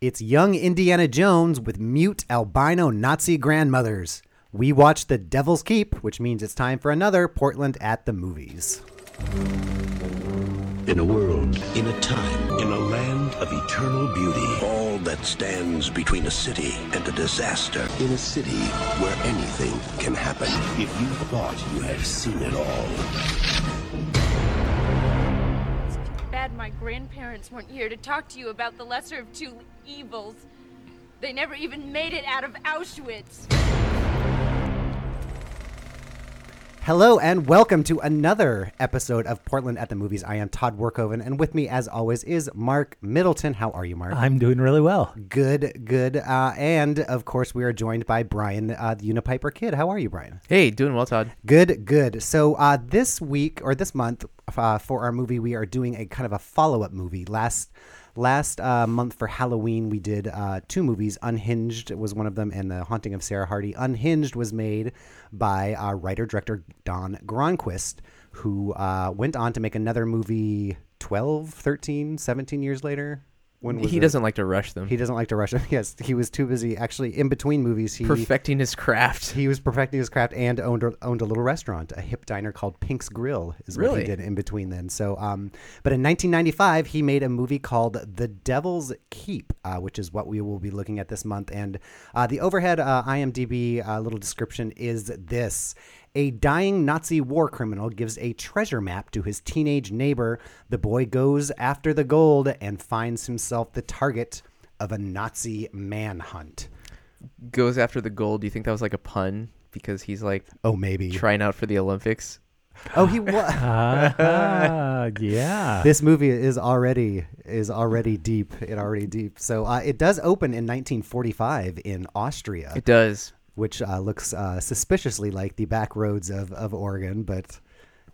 It's young Indiana Jones with mute albino Nazi grandmothers. We watch The Devil's Keep, which means it's time for another Portland at the Movies. In a world, In a time, in a land of eternal beauty, all that stands between a city and a disaster, in a city, where anything can happen. if you thought you had seen it all, bad my grandparents weren't here to talk to you about the lesser of two evils. They never even made it out of Auschwitz. Hello and welcome to another episode of Portland at the Movies. I am Todd Workhoven, and with me, as always, is Mark Middleton. How are you, Mark? I'm doing really well. good, good. Uh, and of course, we are joined by Brian, uh, the Unipiper Kid. How are you, Brian? Hey, doing well, Todd. Good, good. So uh, this week or this month uh, for our movie, we are doing a kind of a follow up movie. Last last uh, month for Halloween, we did uh, two movies. Unhinged was one of them, and The Haunting of Sarah Hardy. Unhinged was made by uh, writer director Don Gronquist, who uh, went on to make another movie 12, 13, 17 years later. When was He it? doesn't like to rush them. He He's doesn't like to rush. yes, he was too busy actually in between movies. He perfecting his craft. he was perfecting his craft and owned a, owned a little restaurant, a hip diner called Pink's Grill, is what Really? he did in between then. So, um, but in 1995, he made a movie called The Devil's Keep, uh, which is what we will be looking at this month. And uh, the overhead uh, IMDb uh, little description is this. A dying Nazi war criminal gives a treasure map to his teenage neighbor. The boy goes after the gold and finds himself the target of a Nazi manhunt. Goes after the gold. Do you think that was like a pun? Because he's like Oh, maybe. trying out for the Olympics. oh, he was. Ah, yeah. this movie is already is already deep. It already deep. So uh, it does open in 1945 in Austria, It does. which uh, looks uh, suspiciously like the back roads of of Oregon, but.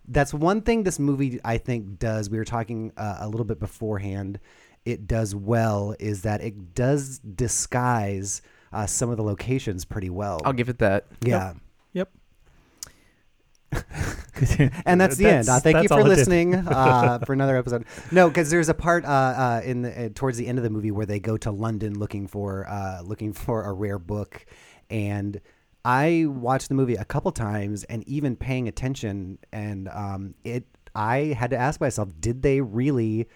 That's one thing this movie I think does. We were talking uh, a little bit beforehand. It does well is that it does disguise uh, some of the locations pretty well. I'll give it that. yeah. Yep. And that's the end. Uh, That's- thank you that's all for it did. listening uh, for another episode. No, because there's a part uh, uh, in the, uh, towards the end of the movie where they go to London looking for uh, looking for a rare book, and I watched the movie a couple times and even paying attention, and um, it I had to ask myself, did they really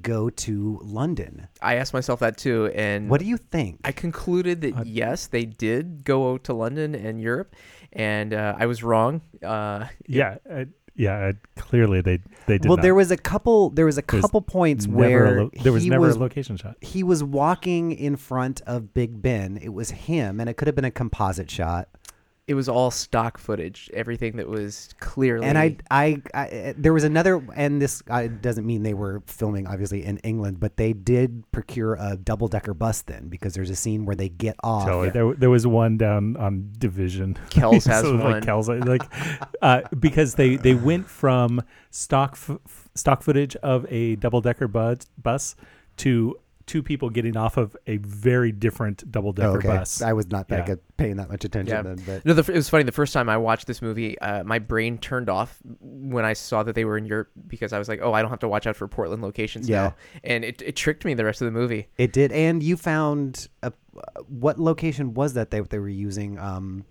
go to London? I asked myself that too, and What do you Uh, think? I concluded that yes, they did go to London and Europe, and uh, I was wrong. Uh, Yeah. uh, yeah. uh, clearly, they they did. well, not. there was a couple. There was a There's couple points never a where lo- there was he never was a location shot. he was walking in front of Big Ben. It was him, and it could have been a composite shot. it was all stock footage. Everything that was clearly And I, I, I there was another, and this uh, doesn't mean they were filming obviously in England, but they did procure a double decker bus then because there's a scene where they get off. Totally. There, there was one down on Division. Kells has So, one. Like Kells, like uh, because they they went from stock f- f- stock footage of a double decker bus bus to two people getting off of a very different double Oh, decker okay, bus. I was not that Yeah. good paying that much attention then, but no, the, f- it was funny. The first time I watched this movie, uh, my brain turned off when I saw that they were in Europe because I was like, "Oh, I don't have to watch out for Portland locations Yeah. now," and it, it tricked me the rest of the movie. it did. And you found a, what location was that they they were using? Um,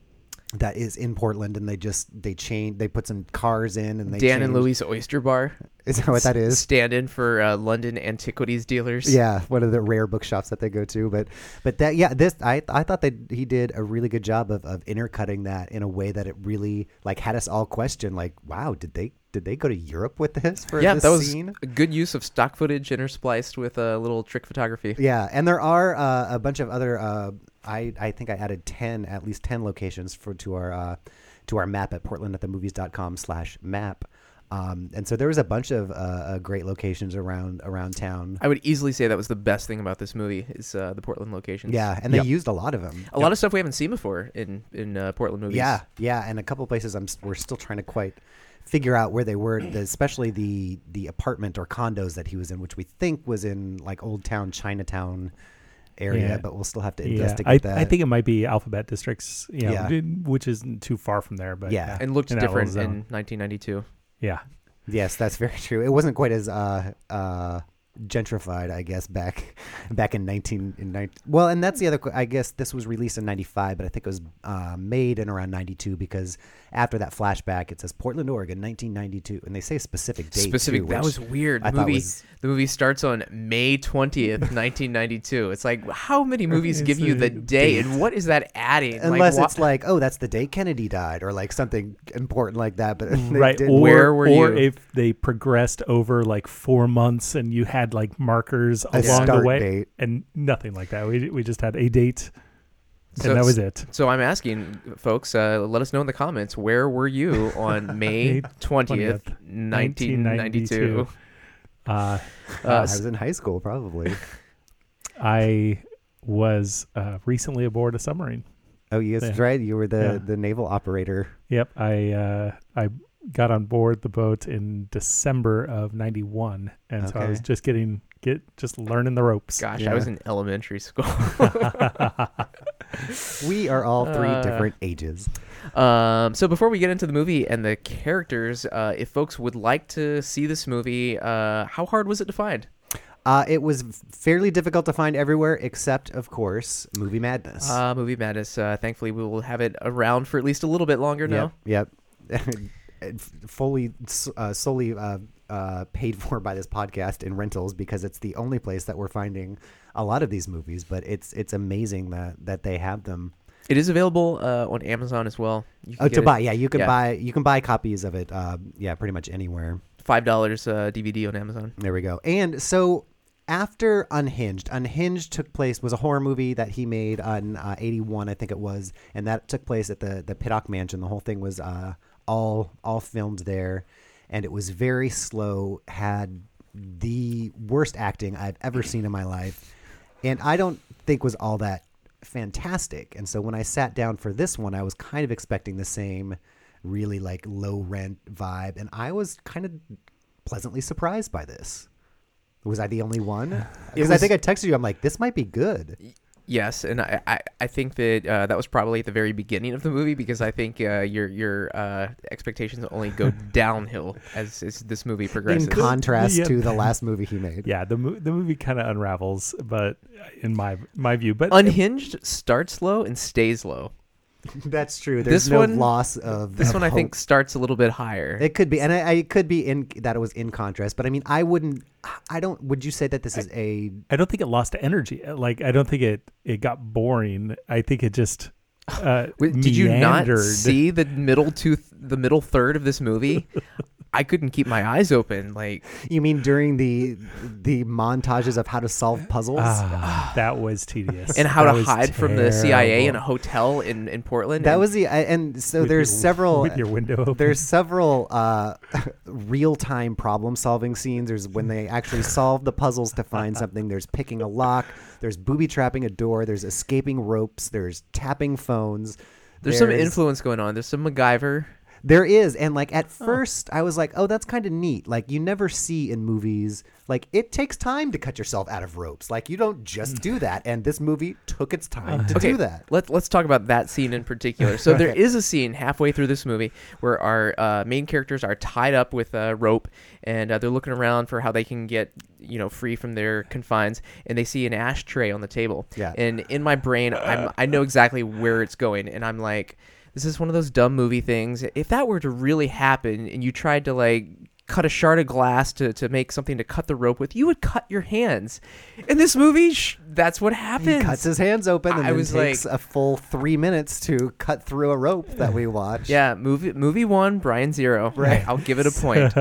that is in Portland, and they just they changed. They put some cars in, and they Dan and changed- Louise Oyster Bar, Is that what that is? stand in for uh, London antiquities dealers. Yeah, one of the rare bookshops that they go to. But but that yeah, this I I thought that he did a really good job of of intercutting that in a way that it really like had us all question like, wow, did they did they go to Europe with this for yeah, this that was scene? a good use of stock footage interspliced with a little trick photography. Yeah, and there are uh, a bunch of other. Uh, I I think I added ten, at least ten locations for to our uh, to our map at portlandatthemovies.com slash map. Um, and so there was a bunch of uh, uh, great locations around around town. I would easily say that was the best thing about this movie is uh, the Portland locations. Yeah, and they Yep. used a lot of them. a lot of stuff we haven't seen before in in uh, Portland movies. Yeah, yeah, and a couple places I'm s- we're still trying to quite figure out where they were, the- especially the the apartment or condos that he was in, which we think was in like Old Town Chinatown area, Yeah. but we'll still have to Yeah, investigate I, that. I think it might be Alphabet Districts, you know, Yeah. d- which isn't too far from there, but Yeah. and looked in that different uh, little in zone. 1992. yeah, yes, that's very true. It wasn't quite as uh uh gentrified, I guess back back in nineteen in 19, Well, and that's the other. que- I guess this was released in ninety five, but I think it was uh, made in around ninety two because after that flashback, it says Portland, Oregon, nineteen ninety two, and they say a specific date. Specific. too, that which was weird. I the thought movie. was- The movie starts on May twentieth, nineteen ninety two. It's like how many movies give you the day, and what is that adding? Like, Unless wha- it's like, oh, that's the day Kennedy died, or like something important like that. But they right didn't. or, Where were or you? if they progressed over like four months and you had like markers along the start way date. and nothing like that we, we just had a date and So- that was it So I'm asking folks, uh, let us know in the comments where were you on May twentieth, nineteen ninety two. uh, I was in high school, probably. i was uh, recently aboard a submarine Oh, yes, that's Yeah. right. You were the Yeah. the naval operator. yep i uh, i got on board the boat in december of 91 and so i was Okay. just getting get just learning the ropes Gosh, Yeah. I was in elementary school. We are all three Uh, different ages. Um, so before we get into the movie and the characters, uh, if folks would like to see this movie, uh, how hard was it to find? Uh, it was fairly difficult to find everywhere, except, of course, Movie Madness. Uh, movie Madness. Uh, thankfully, we will have it around for at least a little bit longer now. Yep. yep. It f- Fully, s- uh, solely uh, uh, paid for by this podcast in rentals because it's the only place that we're finding a lot of these movies. But it's it's amazing that that they have them. It is available uh, on Amazon as well. You can Oh, get to it- buy, yeah, you can yeah. buy you can buy copies of it. Uh, yeah, pretty much anywhere. five dollars uh, DVD on Amazon. There we go. And so after Unhinged, Unhinged took place was a horror movie that he made on uh, eighty one, I think it was, and that took place at the the Pittock Mansion. The whole thing was uh, all all filmed there, and it was very slow. Had the worst acting I've ever seen in my life, and I don't think was all that fantastic. And so when I sat down for this one, I was kind of expecting the same really like low rent vibe, and I was kind of pleasantly surprised by this. Was I the only one? Because I was- think I texted you. I'm like, this might be good. Yes, and I, I, I think that uh, that was probably at the very beginning of the movie because I think uh, your your uh, expectations only go downhill as, as this movie In progresses. contrast Yeah. to the last movie he made. yeah the, mo- the movie kind of unravels but in my my view but Unhinged starts low and stays low. That's true. There's This no one- loss of This of one I think hope. starts a little bit higher. It could be, and I, I it could be in that it was in contrast. But I mean, I wouldn't. I don't. Would you say that this is a? i don't think it lost energy uh, like i don't think it it got boring i think it just uh Wait, did you not meandered. see the middle two the middle third of this movie? I couldn't keep my eyes open. Like You mean during the the montages of how to solve puzzles? Ah, that was tedious and how That to was hide from the CIA in terrible. a hotel in, in Portland. that and- was the. I, and so With there's your- several. with your window open. There's several uh, real-time problem-solving scenes. There's when they actually solve the puzzles to find something. There's picking a lock. There's booby trapping a door. There's escaping ropes. There's tapping phones. there's some influence going on. There's some MacGyver. There is, and like at first, I was like, "Oh, that's kind of neat." Like you never see in movies. Like it takes time to cut yourself out of ropes. Like you don't just do that. And this movie took its time to do that. Let's let's talk about that scene in particular. So there is a scene halfway through this movie where our uh, main characters are tied up with a rope, and uh, they're looking around for how they can get you know free from their confines, and they see an ashtray on the table. Yeah. And in my brain, I'm I know exactly where it's going, and I'm like, this is one of those dumb movie things. If that were to really happen, and you tried to like cut a shard of glass to, to make something to cut the rope with you would cut your hands in this movie sh- that's what happens Cuts his hands open and I then was takes like- a full three minutes to cut through a rope that we watch. Yeah, movie movie one, Brian zero. Right, I'll give it a point.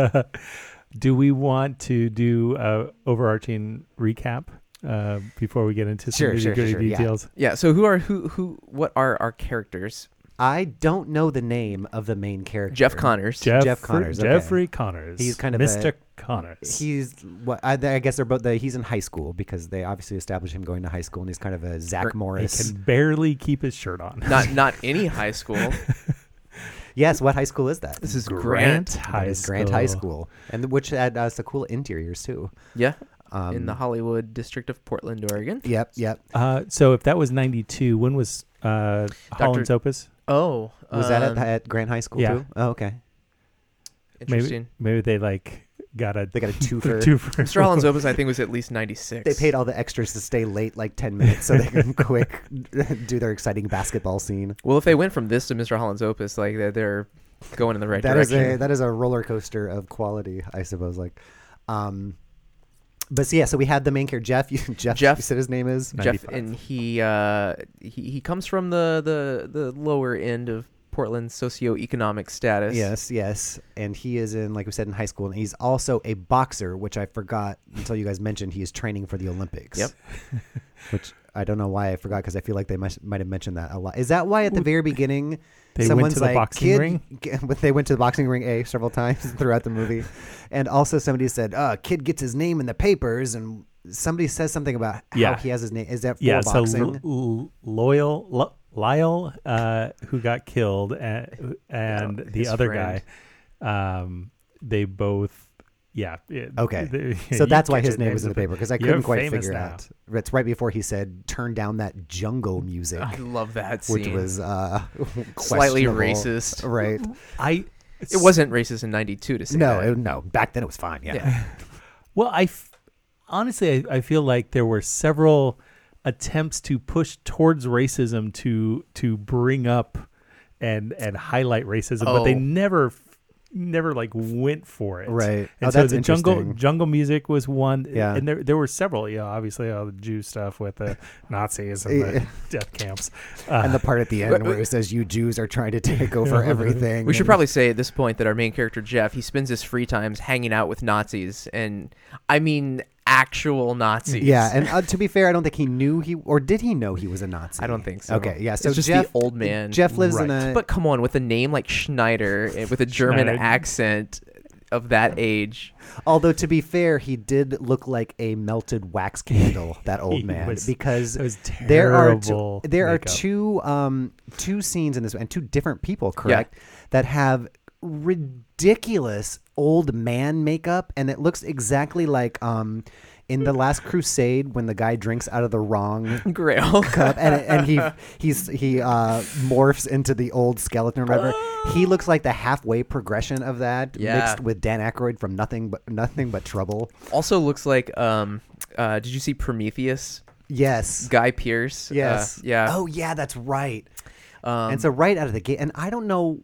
do we want to do uh overarching recap uh before we get into some Sure, sure, nitty gritty sure, yeah. details yeah. So who are who who? What are our characters? I don't know the name of the main character. Jeff Connors. Jeff Jeff Connors, okay. Jeffrey Connors. He's kind of a- Mr. Connors. He's what I, I guess they're both. The, he's in high school because they obviously established him going to high school, and he's kind of a Zach he Morris. can barely keep his shirt on. Not not any high school. yes, what high school is that? This is Grant Grant. High That is School. Grant High School, and th- which had uh, some cool interiors too. Um, Yeah, in the Hollywood district of Portland, Oregon. Yep, yep. Uh, so if that was '92, when was uh, Holland's Opus? Oh, Was that at, um, at Grant High School yeah. too? Oh, okay. Maybe interesting? maybe they like got a They got a twofer. twofer. Mr. Holland's Opus, I think, was at least 96. They paid all the extras to stay late like 10 minutes so they can quick do their exciting basketball scene. Well, if they went from this to Mr. Holland's Opus, like they're, they're going in the right That is direction. a that is a roller coaster of quality, I suppose. Like, um, but so, yeah, so we had the main character Jeff. You, Jeff, Jeff. you said his name is Jeff, and he, uh, he he comes from the, the the lower end of Portland's socioeconomic status. Yes, yes, and he is in like we said in high school, and he's also a boxer, which I forgot until you guys mentioned he is training for the Olympics. Yep. which I don't know why I forgot because I feel like they must, might have mentioned that a lot. Is that why at the very beginning They went someone's to the like, boxing "Kid," ring? g- when they went to the boxing ring a several times throughout the movie, and also somebody said, "Uh, kid gets his name in the papers," and somebody says something about how Yeah. he has his name. Is that for yeah, so boxing? L- L- loyal L- Lyle, uh, who got killed, and, and Oh, Yeah, the his other friend. guy, um, they both, yeah. it- Okay. they- so you that's why catch his it, name names was in the of it. paper because I You're couldn't quite famous figure now. out. That's right before he said, "Turn down that jungle music," I love that scene. which was uh, Slightly questionable. racist. right? I It wasn't racist in '92 to say No, that. it, no. Back then it was fine. Yeah. Well, I f- honestly, I, I feel like there were several attempts to push towards racism to to bring up and and highlight racism, but they Oh. never f- never like went for it. Right. And Oh, so that's the jungle interesting. jungle music was one. Yeah. And there there were several. You know, obviously all the Jew stuff with the Nazis and the Yeah. death camps. Uh, and the part at the end where it says you Jews are trying to take over everything. We should and- probably say at this point that our main character Jeff, he spends his free times hanging out with Nazis, and I mean actual Nazis. Yeah, and uh, to be fair, I don't think he knew he or did he know he was a Nazi? I don't think so. Okay, yeah. So It's just the Jeff, old man. Jeff lives in Right. a. but come on, with a name like Schneider and with a German Schneider. accent of that age, although to be fair, he did look like a melted wax candle. That old He man, was- because it was there are two, terrible there makeup. are two um two scenes in this and two different people, correct? That have ridiculous old man makeup, and it looks exactly like um. In the Last Crusade, when the guy drinks out of the wrong Grail. cup and, and he he's he uh, morphs into the old skeleton or whatever. He looks like the halfway progression of that Oh. Yeah. mixed with Dan Aykroyd from nothing but nothing but trouble. also looks like um, uh, did you see Prometheus? Yes. Guy Pierce. Yes. uh, yeah. Um, Oh yeah, that's right. and so right out of the gate, and I don't know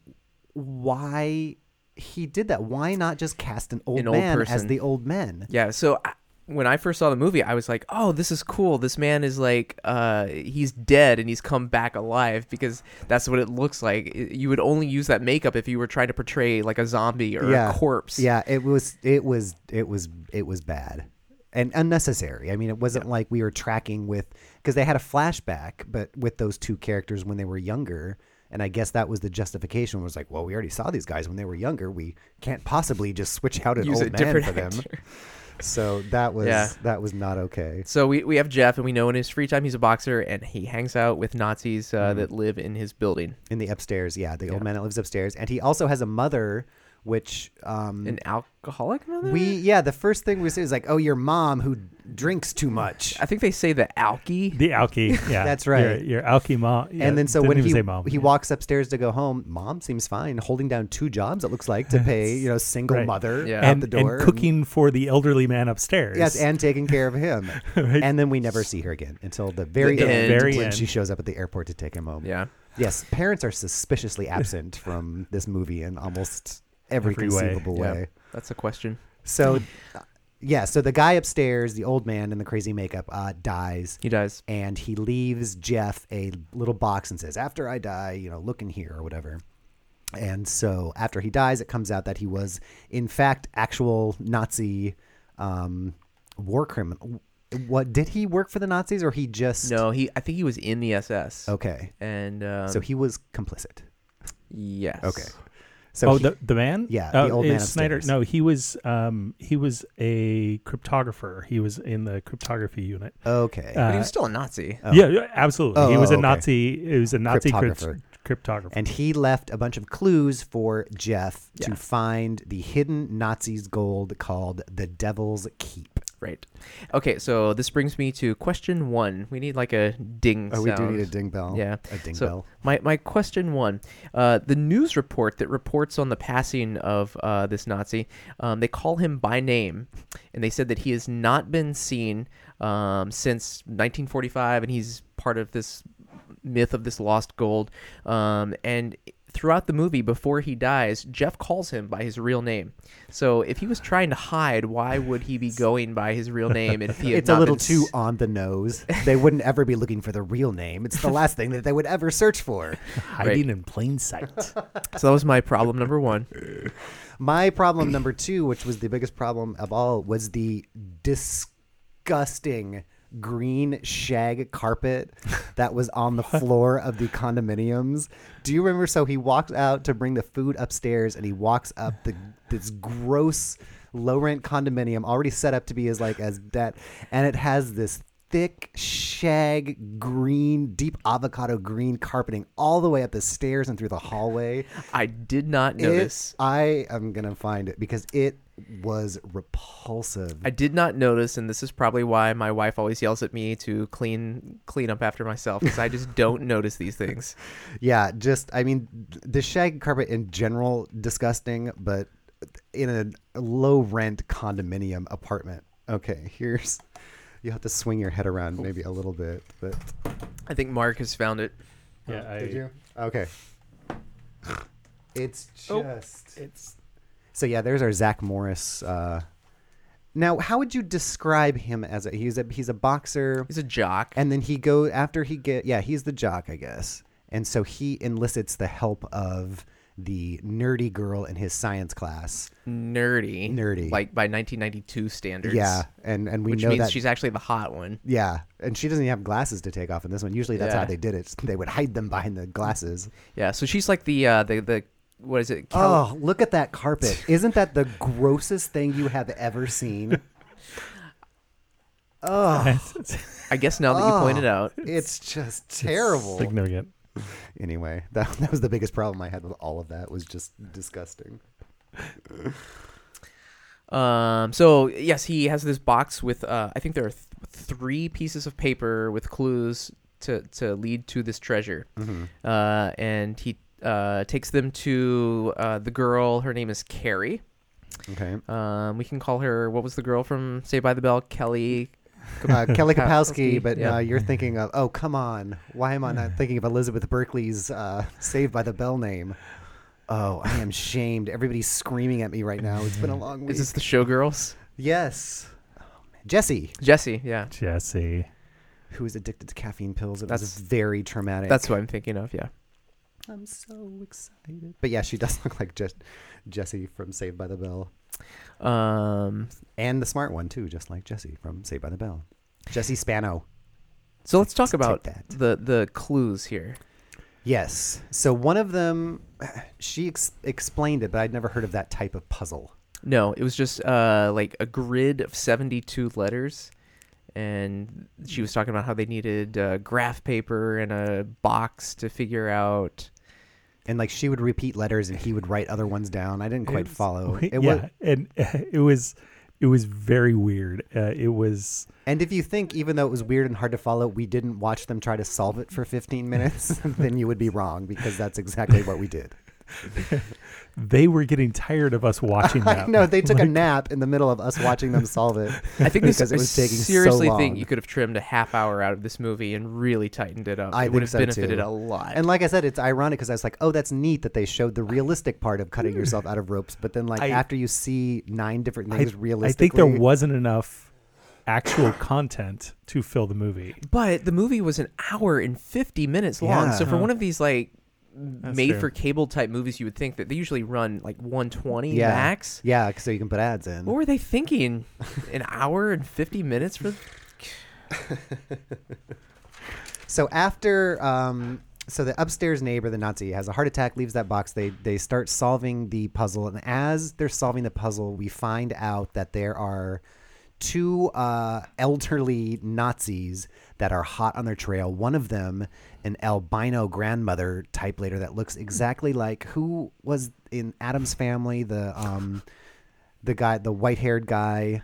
why he did that. Why not just cast an old An old man as person. the old men? Yeah, so I, when I first saw the movie, I was like, "Oh, this is cool. This man is like uh he's dead and he's come back alive because that's what it looks like. I- You would only use that makeup if you were trying to portray like a zombie or yeah. a corpse. Yeah, it was it was it was it was bad and unnecessary. I mean, it wasn't like we were tracking with because they had a flashback, but with those two characters when they were younger. And I guess that was the justification was like, well, we already saw these guys when they were younger. We can't possibly just switch out an Use a old man different for them. actor. So that was Yeah. that was not okay. So we, we have Jeff and we know in his free time he's a boxer and he hangs out with Nazis uh, Mm-hmm. that live in his building. In the upstairs, yeah, the old man that lives upstairs, and he also has a mother, which um, An alcoholic mother? we yeah, the first thing we say is like, oh, your mom who drinks too much. I think they say the alky. the alky. Yeah, That's right. Your, your alky mom. yeah, and then so didn't when even he say mom, he yeah. walks upstairs to go home, mom seems fine, holding down two jobs. It looks like to pay you know single Right. mother Yeah. out and, the door and cooking for the elderly man upstairs. Yes, and taking care of him, Right. and then we never see her again until the very The end, end. Very when end. she shows up at the airport to take him home. Yeah. Yes, parents are suspiciously absent from this movie in almost every, Every way. conceivable way. Yeah. That's a question. So, yeah, so the guy upstairs, the old man in the crazy makeup, uh, dies He dies. and he leaves Jeff a little box and says, "After I die, you know, look in here or whatever." And so after he dies, it comes out that he was in fact actual Nazi um, war criminal. What did he work for the Nazis or he just No, he I think he was in the SS. Okay, And um, so he was complicit. yes. Okay, so oh, he- the, the man? Yeah, Oh, the old is man Snyder. upstairs. No, he was um he was a cryptographer. He was in the cryptography unit. okay, uh, But he was still a Nazi. uh, Yeah, yeah, absolutely. he Oh, was oh, a okay. Nazi. He was a Nazi crypt- Cryptographer. cryptographer. and he left a bunch of clues for Jeff to find the hidden Nazis gold called the Devil's Keep. Right. Okay, so this brings me to question one. We need like a ding. Oh, we do sound. need a ding bell. Yeah, A ding so bell. My my question one: uh, the news report that reports on the passing of uh, this Nazi, um, they call him by name, and they said that he has not been seen um, since 1945, and he's part of this myth of this lost gold. Um, and throughout the movie, before he dies, Jeff calls him by his real name. So if he was trying to hide, why would he be going by his real name? And if he had It's a not little been too s- on the nose. They wouldn't ever be looking for the real name. It's the last thing that they would ever search for. Hiding in plain sight. So that was my problem number one. My problem number two, which was the biggest problem of all, was the disgusting green shag carpet that was on the floor of the condominiums. Do you remember? So he walks out to bring the food upstairs, and he walks up the this gross low rent condominium already set up to be as like as that, and it has this thick shag green deep avocado green carpeting all the way up the stairs and through the hallway I did not it- notice. I am gonna find it because it was repulsive. I did not notice, and this is probably why my wife always yells at me to clean clean up after myself because I just don't notice these things. yeah, just I mean, th- the shag carpet in general disgusting, but in a low rent condominium apartment. Okay, here's you have to swing your head Oh. around maybe a little bit, but I think Mark has found it. yeah, I, did you? Okay. It's Oh. just It's so yeah. There's our Zach Morris. Uh, now, how would you describe him as a? He's a he's a boxer. He's a jock. and then he go after he get yeah he's the jock i guess and so he enlisteds the help of the nerdy girl in his science class nerdy, Nerdy. like by 1992 standards. yeah and and we which know means that she's actually the hot one. yeah and she doesn't even have glasses to take off in this one usually that's Yeah. how they did it they would hide them behind the glasses Yeah, so she's like the uh, the the what is it? Cal- oh look at that carpet isn't that the grossest thing you have ever seen I guess now that Oh. you pointed out, it's just terrible significant. anyway that, that was the biggest problem i had with all of that was just disgusting Um, so yes, he has this box with uh, I think there are th- three pieces of paper with clues to to lead to this treasure, uh, and he uh, takes them to uh, the girl. Her name is Carrie. okay Um, we can call her what was the girl from Say by the Bell? Kelly. uh, Kelly Kapowski, Kapowski, but yeah. uh, you're thinking of oh come on, why am I not thinking of Elizabeth Berkley's uh, Saved by the Bell name? Oh, I am shamed. Everybody's screaming at me right now. It's been a long week. Is this the showgirls? yes, oh, man. Jesse, Jesse. Yeah, Jesse. who is addicted to caffeine pills. It was That's- very traumatic. that's what I'm thinking of. Yeah. I'm so excited. But yeah, she does look like just Jesse from Saved by the Bell, Um, and the smart one too, just like Jesse from Saved by the Bell. Jesse Spano. so let's talk Take about that. the the clues here. Yes. So one of them, she ex- explained it, but I'd never heard of that type of puzzle. No, it was just uh, like a grid of 72 letters. And she was talking about how they needed uh, graph paper and a box to figure out. And like she would repeat letters and he would write other ones down. I didn't quite It's- follow. Wait, It yeah, was, and uh, it was it was very weird. Uh, it was and if you think, even though it was weird and hard to follow, we didn't watch them try to solve it for 15 minutes, then you would be wrong because that's exactly what we did. they were getting tired of us watching that. No, they took a nap in the middle of us watching them solve it. I think because this, it was I taking seriously so long. think you could have trimmed a half hour out of this movie and really tightened it up. I it would think have so, benefited too. a lot. And like I said, it's ironic because I was like, "Oh, that's neat that they showed the realistic part of cutting yourself out of ropes," but then like I- after you see nine different I, things I realistically, think there wasn't enough actual content to fill the movie. but the movie was an hour and 50 minutes long. Yeah. So for one of these like made fair. for cable type movies, you would think that they usually run like 120 yeah. max. Yeah, so you can put ads in. What were they thinking? An hour and 50 minutes for So after, um, so the upstairs neighbor, the Nazi, has a heart attack, leaves that box. They they start solving the puzzle, and as they're solving the puzzle, we find out that there are two uh, elderly Nazis that are hot on their trail. One of them, an albino grandmother type later that looks exactly like who was in Adam's family, the um, the guy, the white haired guy.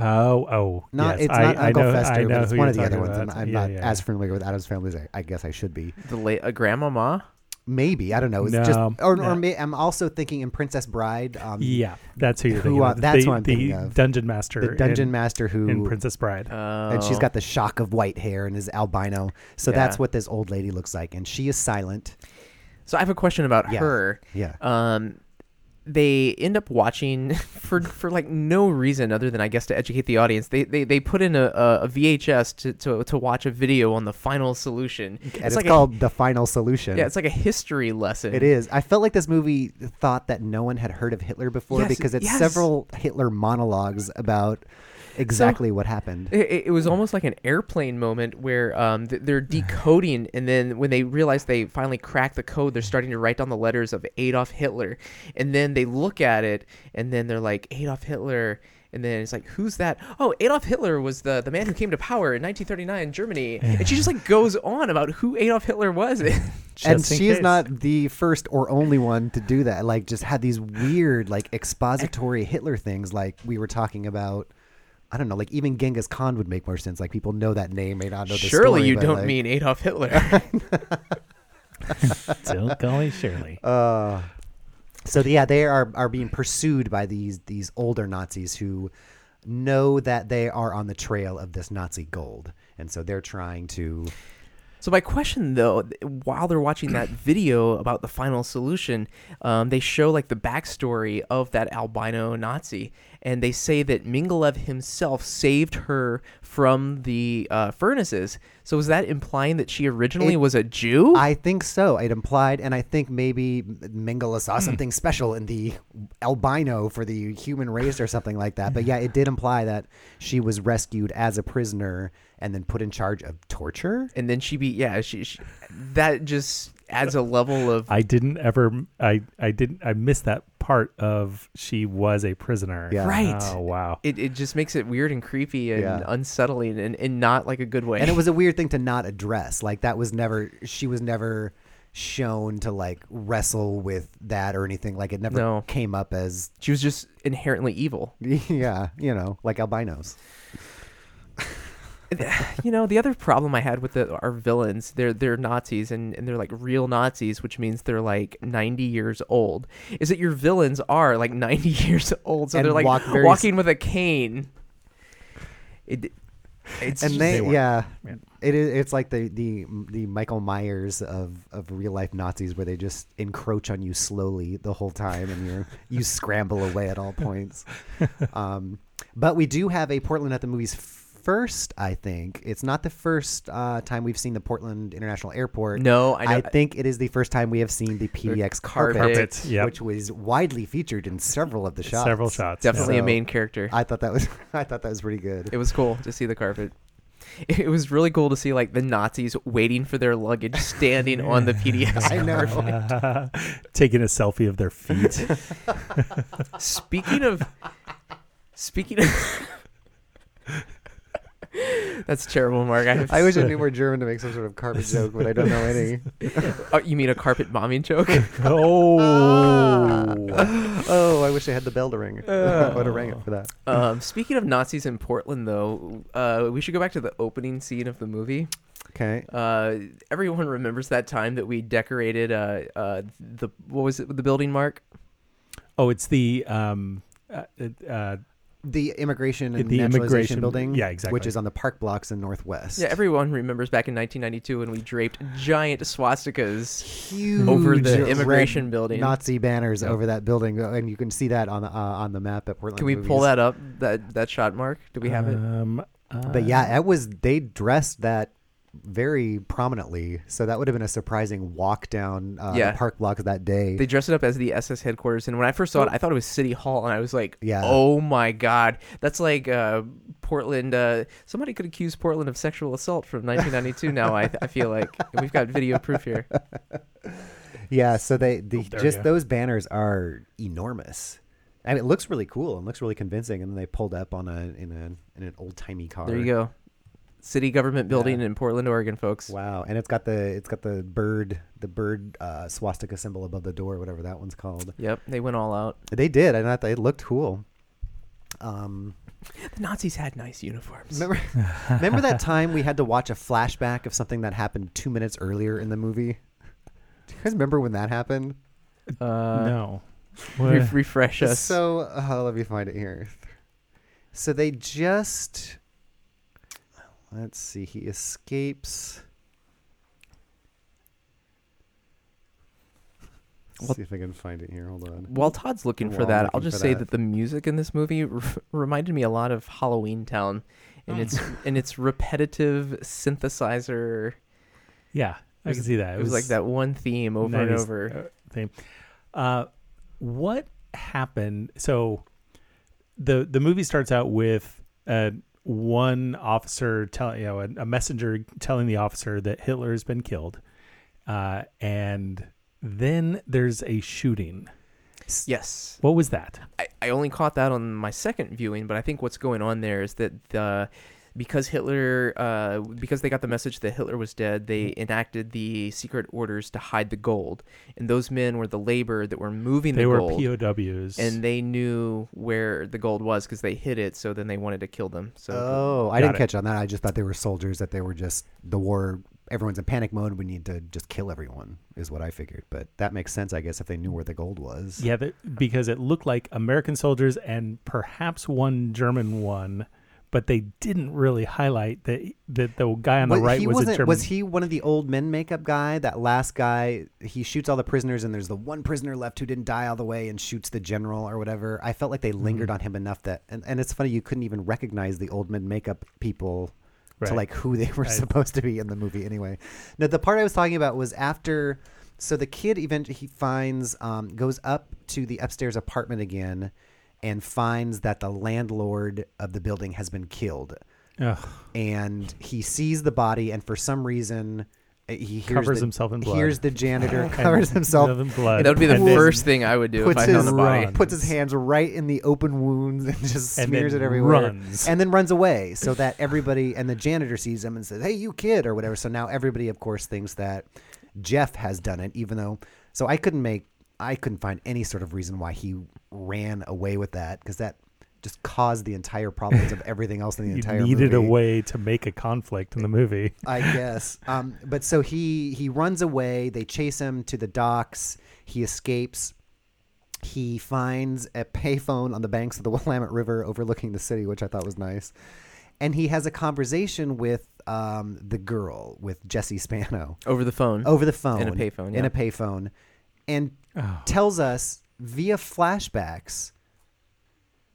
Oh, oh, Not, yes, it's I- not I Uncle know- I Fester, know but it's who one you're of the other talking ones. I'm, about. I'm Yeah, not yeah. as familiar with Adam's Family as I, I guess I should be. The late a grandmama. Maybe I don't know. It's just No, or, no. or may, I'm also thinking in Princess Bride, um, Yeah, that's who Who, you're thinking. uh, of. that's the, who I'm the thinking of. Dungeon master. the dungeon in, master who in Princess Bride. and she's got the shock of white hair and is albino. So that's Oh. Yeah. what this old lady looks like, and she is silent. So I have a question about Yeah. her. Yeah. Um, they end up watching for for like no reason other than I guess to educate the audience. They they, they put in a, a a VHS to, to to watch a video on the final solution. And it's, called the final solution. a, yeah, it's like a history lesson. It is. I felt like this movie thought that no one had heard of Hitler before Yes, because it's yes. several Hitler monologues about exactly what happened. It, it- it was almost like an airplane moment where um, th- they're decoding, and then when they realize they finally crack the code, they're starting to write down the letters of Adolf Hitler, and then they look at it, and then they're like Adolf Hitler, and then it's like who's that? Oh, Adolf Hitler was the the man who came to power in 1939 in Germany, and she just like goes on about who Adolf Hitler was. and Just in she is case. not the first or only one to do that. Like, just had these weird, like, expository Hitler things, like we were talking about. I don't know. Like, even Genghis Khan would make more sense. Like, people know that name, may not know the Surely story, you but, don't like, mean Adolf Hitler. Don't call me Shirley. Uh, So yeah, they are are being pursued by these these older Nazis who know that they are on the trail of this Nazi gold, and so they're trying to. So my question, though, th- while they're watching that video about the final solution, um, they show like the backstory of that albino Nazi, and they say that Mingalev himself saved her from the uh, furnaces. So is that implying that she originally It- was a Jew? I think so. It implied, and I think maybe Mingala saw something special in the albino for the human race or something like that. But yeah, it did imply that she was rescued as a prisoner and then put in charge of torture. and then she be yeah she, she that just adds a level of I didn't ever. I I didn't. I missed that part of she was a prisoner. Yeah. Right. Oh wow. it, it just makes it weird and creepy and Yeah. unsettling and, and not like a good way. and it was a weird thing to not address like that was never she was never shown to like wrestle with that or anything like it never No. came up as she was just inherently evil. yeah you know like albinos you know the other problem i had with the, our villains they're they're nazis and, and they're like real nazis which means they're like 90 years old is that your villains are like 90 years old so And they're like walk very s- walking with a cane it, it's and just- they, they weren't. yeah Yeah. it is it's like the the the michael myers of of real life nazis where they just encroach on you slowly the whole time and you you scramble away at all points um but we do have a portland at the movies first i think it's not the first uh time we've seen the portland international airport no i know I, think it is the first time we have seen the PDX carpet, carpet, yep. which was widely featured in several of the shots. Several shots. definitely a So- main character I thought that was I thought that was pretty good. it was cool to see the carpet it, it was really cool to see like the nazis waiting for their luggage standing on the pdx I know. yeah. Taking a selfie of their feet. Speaking of, speaking of, that's terrible, Mark. I, I wish I knew more German to make some sort of carpet joke, but I don't know any. Oh, you mean a carpet bombing joke? oh. Oh, I wish I had the bell to ring. I would have rang it for that. um, speaking of Nazis in Portland, though, uh, we should go back to the opening scene of the movie. Okay. Uh, everyone remembers that time that we decorated uh, uh, the what was it the building, Mark? Oh, it's the um. Uh, it- uh, The immigration and The naturalization immigration- building. yeah, exactly. Which is on the park blocks in Northwest. Yeah, everyone remembers back in 1992 when we draped giant swastikas. huge Over the red immigration building. Nazi banners over that building, and you can see that on the uh, on the map at Portland. Can we pull Movies. that up? That that shot, Mark? Do we have it? Um. uh, But yeah, that was they dressed that very prominently, so that would have been a surprising walk down uh, the Yeah. park block that day. They dressed it up as the SS headquarters, and when I first saw it, I thought it was City Hall, and I was like, Oh. Yeah. "Oh my god, that's like uh, Portland." Uh, somebody could accuse Portland of sexual assault from 1992. now I, I feel like And we've got video proof here. yeah, so they the, Oh, there just you go. those banners are enormous. I mean, it looks really cool and looks really convincing, and then they pulled up on a in a in an old timey car. There you go, city government building in Portland, Oregon, folks. Wow, and it's got the it's got the bird the bird uh, swastika symbol above the door, whatever that one's called. Yep, they went all out. They did, and I thought it looked cool. Um, The Nazis had nice uniforms. Remember, remember that time we had to watch a flashback of something that happened two minutes earlier in the movie? Do you guys remember when that happened? Uh, no. re- What? refresh us. So uh, let me find it here. So they just let's see. He escapes. Let's Well- see if I can find it here. Hold on. While Todd's looking for While I'm that, I'll looking just for say that. that the music in this movie r- reminded me a lot of Halloween Town, and its Oh. and its repetitive synthesizer. Yeah, I can see that. It was like that one theme over and 90s over. theme. Uh, what happened? So the the movie starts out with uh, one officer telling you know a, a messenger telling the officer that Hitler has been killed, uh, and then there's a shooting. Yes, What was that? I, I only caught that on my second viewing, but I think what's going on there is that the because Hitler uh, because they got the message that Hitler was dead, they Mm-hmm. enacted the secret orders to hide the gold, and those men were the labor that were moving They the were gold. POWs. and they knew where the gold was because they hid it. So then they wanted to kill them. So Oh, I Got didn't it. catch on that. I just thought they were soldiers. That they were just the war. Everyone's in panic mode. We need to just kill everyone. Is what I figured. But that makes sense, I guess, if they knew where the gold was. yeah, that, because it looked like American soldiers and perhaps one German one, but they didn't really highlight that that the guy on the Well, right he was a wasn't- German. Was he one of the old men makeup guy? That last guy, he shoots all the prisoners, and there's the one prisoner left who didn't die all the way, and shoots the general or whatever. I felt like they lingered Mm-hmm. on him enough that, and, and it's funny you couldn't even recognize the old men makeup people Right. to like who they were supposed to be in the movie anyway. No, the part I was talking about was after. So the kid eventually he finds um, goes up to the upstairs apartment again, and finds that the landlord of the building has been killed Ugh. and he sees the body and for some reason uh, he hears Covers the, himself in blood. hears the janitor And covers himself in blood. that would be the And then- first thing I would do if puts I his, found a body. Run. puts his hands right in the open wounds and just And smears then it everywhere runs. and then runs away so that everybody and the janitor sees him and says hey you kid or whatever so now everybody of course thinks that jeff has done it even though so i couldn't make i couldn't find any sort of reason why he ran away with that because that just caused the entire problems of everything else in the you entire needed movie. a way to make a conflict in the movie. I guess. Um, but so he he runs away. They chase him to the docks. He escapes. He finds a payphone on the banks of the Willamette River overlooking the city, which I thought was nice. And he has a conversation with um, the girl, with Jesse Spano, over the phone. over the phone. In a payphone, In yeah. a payphone. And Oh. tells us via flashbacks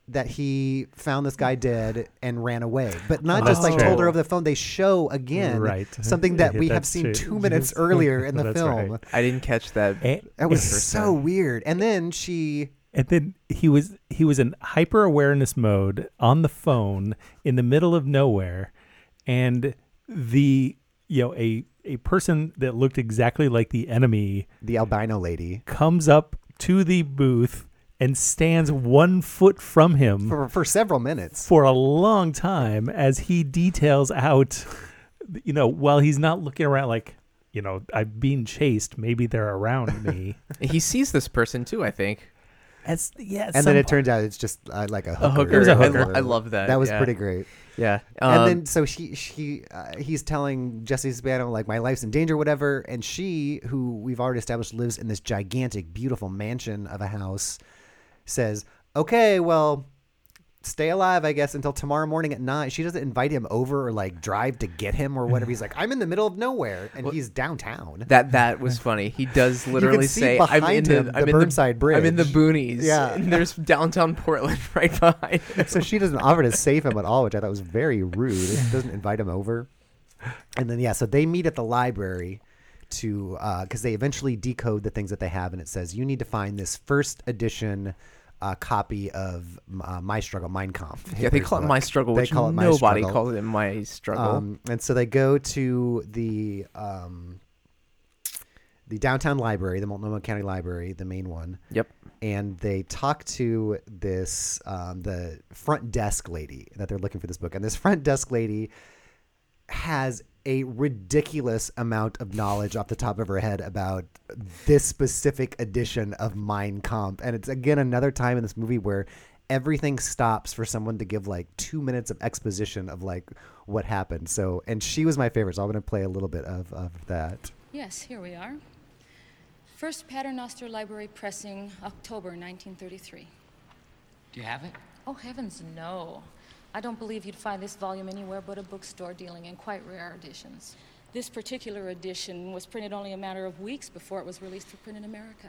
that he found this guy dead and ran away. But not just like That's told true. her over the phone. They show again Right. something that Yeah, we have that's seen true. two minutes earlier in the That's film. right. I didn't catch that. And, That was First so weird. And then she and then he was he was in hyper awareness mode on the phone in the middle of nowhere, and the you know a a person that looked exactly like the enemy the albino lady comes up to the booth and stands one foot from him for, for several minutes. for a long time as he details out, you know, while he's not looking around like, you know, I'm being chased. Maybe they're around me. He sees this person too. I think. As yeah, And then it turns out it's just uh, like a hooker. hooker. or It was a whatever. hooker. I lo- I love that, That was yeah. pretty great. Yeah. and Um, then so she she uh, he's telling Jesse Spano like my life's in danger, whatever. And she, who we've already established lives in this gigantic, beautiful mansion of a house, says, "Okay, well." Stay alive, I guess, until tomorrow morning at nine. She doesn't invite him over or like drive to get him or whatever. He's like, I'm in the middle of nowhere and he's downtown. That that was funny. He does literally see say, "I'm in behind the, him the I'm in Burnside I'm in the Bridge." boonies." Yeah. and there's downtown Portland right behind. him. so she doesn't offer to save him at all, which I thought was very rude. It doesn't invite him over. And then yeah, so they meet at the library to because they eventually decode the things that they have, and it says you need to find this first edition. Uh, copy of uh, My Struggle, Mein Kampf. Yeah, they Hitler's call it book. my struggle, They which call it My nobody Struggle. calls it my struggle. Um, and so they go to the um, the downtown library, the Multnomah County Library, the main one. Yep. And they talk to this um, the front desk lady that they're looking for this book, and this front desk lady has a ridiculous amount of knowledge off the top of her head about this specific edition of Mein Kampf. And it's again another time in this movie where everything stops for someone to give like two minutes of exposition of like what happened. So, and she was my favorite. So I'm going to play a little bit of, of that. Yes, here we are. First Paternoster Library pressing, October 1933. Do you have it? Oh, heavens, no. I don't believe you'd find this volume anywhere but a bookstore dealing in quite rare editions. This particular edition was printed only a matter of weeks before it was released for print in America.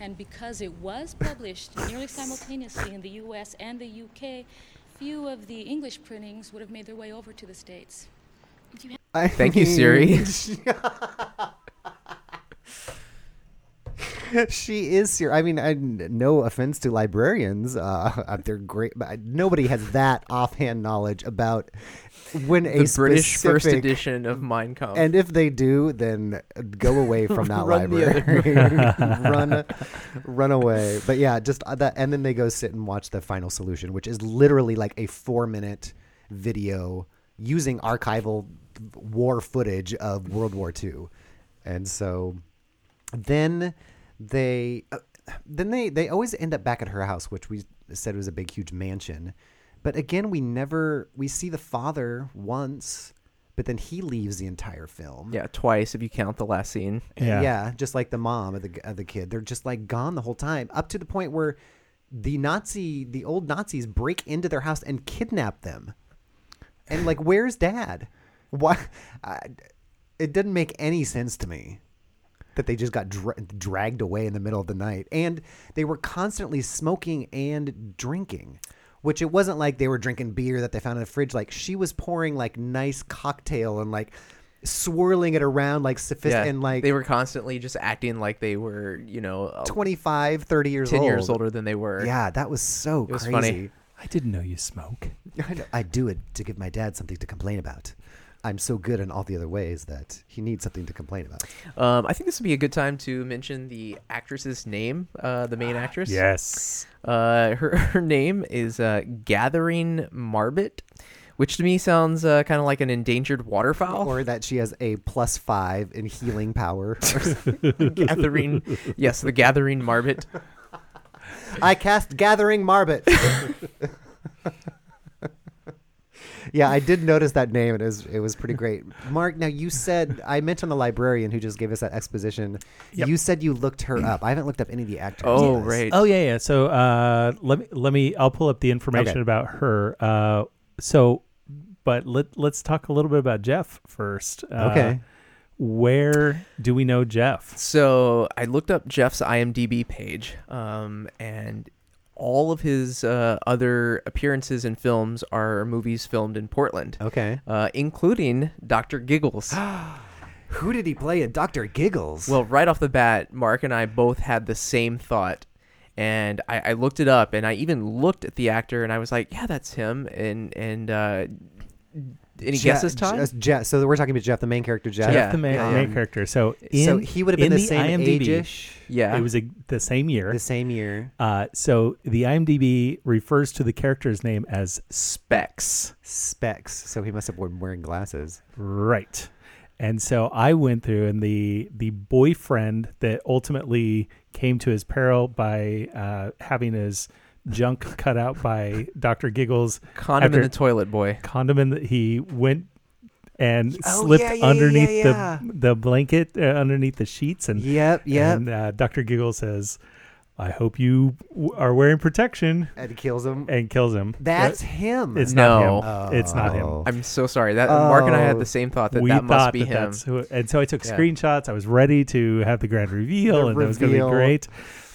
And because it was published nearly simultaneously in the US and the UK, few of the English printings would have made their way over to the States. I Thank you, Siri. she is Siri. I mean, I, no offense to librarians, uh, they're great, but I- nobody has that offhand knowledge about when a the British first specific- edition of Mein Kampf. And if they do, then go away from that Run the library. run, run away. But yeah, just uh, that. And then they go sit and watch the final solution, which is literally like a four-minute video using archival war footage of World War II. And so then they uh, then they they always end up back at her house which we said was a big huge mansion but again we never we see the father once but then he leaves the entire film yeah, twice if you count the last scene. Yeah. just like the mom of the of the kid they're just like gone the whole time up to the point where the nazi the old nazis break into their house and kidnap them and like where's dad why I, it didn't make any sense to me that they just got dra- dragged away in the middle of the night and they were constantly smoking and drinking which it wasn't like they were drinking beer that they found in the fridge like she was pouring like nice cocktail and like swirling it around like sophist- Yeah, and like they were constantly just acting like they were, you know, uh, 25 30 years ten old years older than they were. yeah that was so was crazy funny. I didn't know you smoke. I, know. I do it to give my dad something to complain about i'm so good in all the other ways that he needs something to complain about Um, I think this would be a good time to mention the actress's name, uh, the main actress. Yes. Uh, her, her name is uh, Gathering Marbot, which to me sounds uh, kind of like an endangered waterfowl. or that she has a plus five in healing power. Gathering, yes, the Gathering Marbot. I cast Gathering Marbot. yeah, I did notice that name. and It was it was pretty great. Mark, now you said I mentioned the librarian who just gave us that exposition. You said you looked her up. I haven't looked up any of the actors. Oh, in this. right. Oh yeah, yeah. So uh, let me let me. I'll pull up the information Okay. about her. Uh, so, but let let's talk a little bit about Jeff first. Uh, Okay. Where do we know Jeff? So I looked up Jeff's IMDb page, um, and all of his uh, other appearances in films are movies filmed in Portland, Oh. Okay. uh, including Doctor Giggles. Who did he play in Doctor Giggles? Well, right off the bat, Mark and I both had the same thought. And I, I looked it up, and I even looked at the actor, and I was like, "Yeah, that's him." And and uh, any Je- guesses, Todd? Je- Jeff. So we're talking about Jeff, the main character, Jeff. Yeah. Jeff, the main, um, main character. So in, So he would have been in the same IMDb, age-ish? Yeah. It was a, the same year. The same year. Uh, so the IMDb refers to the character's name as Specs. Specs. So he must have been wearing glasses. Right. And so I went through, and the the boyfriend that ultimately came to his peril by uh, having his junk cut out by Doctor Giggles Condom in the after- toilet boy. condom, and he went and Oh, slipped yeah, yeah, yeah, underneath yeah. the the blanket, uh, underneath the sheets, and Yep, yep. And uh, Doctor Giggles says, "I hope you w- are wearing protection," And kills him. and kills him. That's him. It's No. not him. It's not him. Oh. I'm so sorry. That Mark and I had Oh, the same thought that we that thought must be that him. that's who. And so I took Yeah. screenshots. I was ready to have the grand reveal, The and that was going to reveal. be great.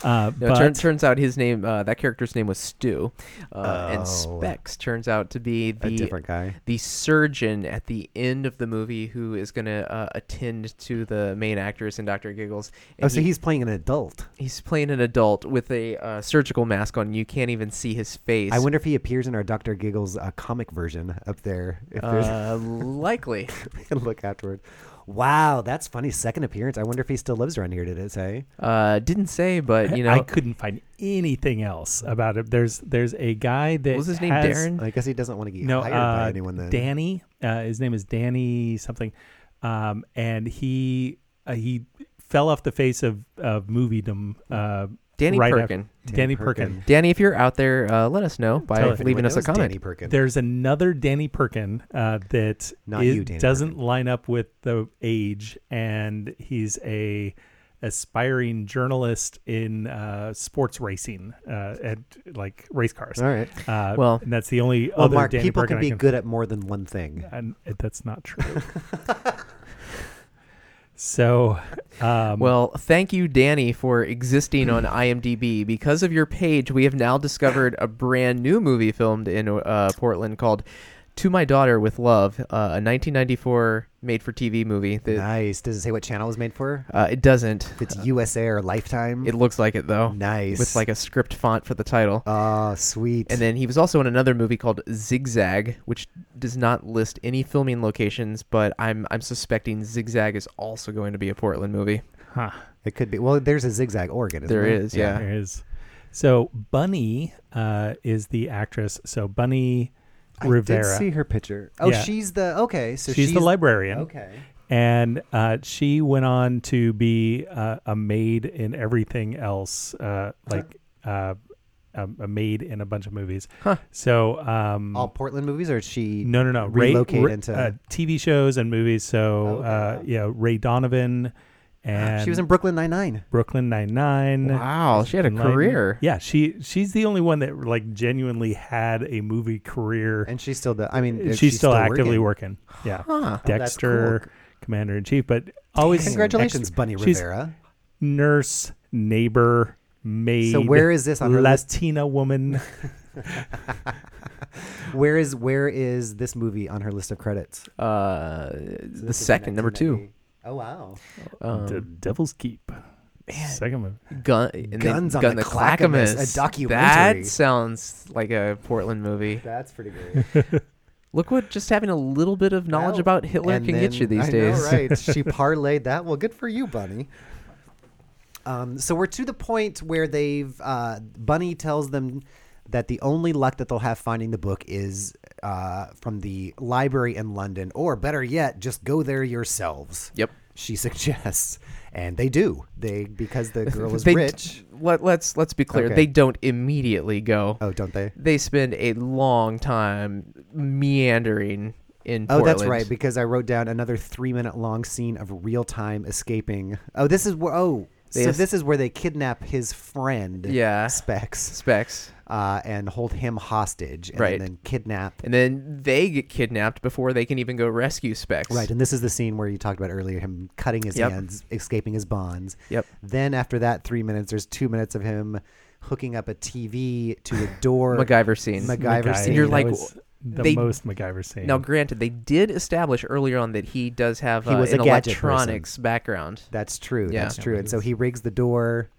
Uh, No, but turn, turns out his name, uh, that character's name was Stu, uh, Oh. and Specs turns out to be a the different guy. the surgeon at the end of the movie who is going to uh, attend to the main actress and Doctor Giggles. And Oh, so he- he's playing an adult. he's playing an adult with a uh, surgical mask on. You can't even see his face. I wonder if he appears in our Doctor Giggles uh, comic version up there. If Uh, likely. there's look afterward. Wow, that's funny. Second appearance. I wonder if he still lives around here. Did it say? Uh, didn't say, but you know, I couldn't find anything else about it. There's there's a guy that What was his name has- Darren? I guess he doesn't want to get No, hired uh, by anyone then. Danny. Uh, his name is Danny something, um, and he uh, he fell off the face of of moviedom uh, Danny right af- Perkin. Danny Perkin. Danny, if you're out there, uh, let us know by Tell us. leaving us a Anyone knows Danny comment. Perkin. There's another Danny Perkin uh, that Not is- you, Danny doesn't Perkin. line up with the age, and he's a aspiring journalist in uh, sports racing uh, at like race cars. All right. Uh, Well- and that's the only Well, other Mark, Danny people Perkin can I be can good at more than one thing. and it- that's not true. so, um, Well, thank you, Danny, for existing on IMDb. Because of your page, we have now discovered a brand new movie filmed in uh, Portland called "To My Daughter with Love," uh, a 1994 made-for-TV movie. That Nice. Does it say what channel it was made for? uh, it doesn't. If it's USA or Lifetime. It looks like it Oh, though. Nice. With like a script font for the title. oh, sweet. And then he was also in another movie called Zigzag, which does not list any filming locations, but I'm I'm suspecting Zigzag is also going to be a Portland movie. huh, it could be. Well, there's a zigzag organ. Isn't There there? is, yeah. there is. So Bunny uh, is the actress. So Bunny I Rivera. did see her picture. Oh, Yeah. she's the okay. So she's, the librarian. Okay. And uh, she went on to be uh, a maid in everything else, uh, like uh, a, a maid in a bunch of movies. So um, Mm. All Portland movies, or is she? No, no, no. Relocate Ray, Ra- into. Oh, uh, TV shows and movies. So, okay, uh, yeah, Ray Donovan, and she was in Brooklyn Nine Nine. Brooklyn Nine Nine. Wow, she had a career. Yeah, she she's the only one that like genuinely had a movie career. And she's still. The, I mean, she's, if still, actively working. Oh, working. Yeah, that's Dexter, cool. Commander in Chief, but always Congratulations, ex- Bunny she's Rivera. nurse, neighbor, maid. where is this on her list? Latina woman? Where is where is this movie on her list of credits? Uh, the second number two, Um, Oh wow! the Devil's Keep. Second movie. Gun, and then Guns on Gun the Clackamas, a documentary. That sounds like a Portland movie. That's pretty great. Look what just having a little bit of knowledge Well, about Hitler and can get then- you these I know, days. right? She parlayed that. Well, good for you, Bunny. Um, so we're to the point where they've uh, Bunny tells them that the only luck that they'll have finding the book is uh, from the library in London, or better yet, just go there yourselves. Yep. She suggests, and they do. They because the girl is They- rich. Let, let's let's be clear. Okay. They don't immediately go. Oh, don't they? They spend a long time meandering in. Oh, that's Portland. right. Because I wrote down another three-minute-long scene of real time escaping. Oh, this is where. Oh, They so es- this is where they kidnap his friend. Yeah. Specs, Specs. uh, and hold him hostage, and Right. then kidnap. And then they get kidnapped before they can even go rescue Specs. Right, and this is the scene where you talked about earlier him cutting his Yep. hands, escaping his bonds. Yep. Then after that, three minutes. There's two minutes of him hooking up a TV to a door. MacGyver scene. MacGyver, MacGyver. scene. And you're That like, was the they- most MacGyver scene. Now, granted, they did establish earlier on that he does have He uh, was an a gadget person. electronics background. That's true. Yeah. That's true. And so he rigs the door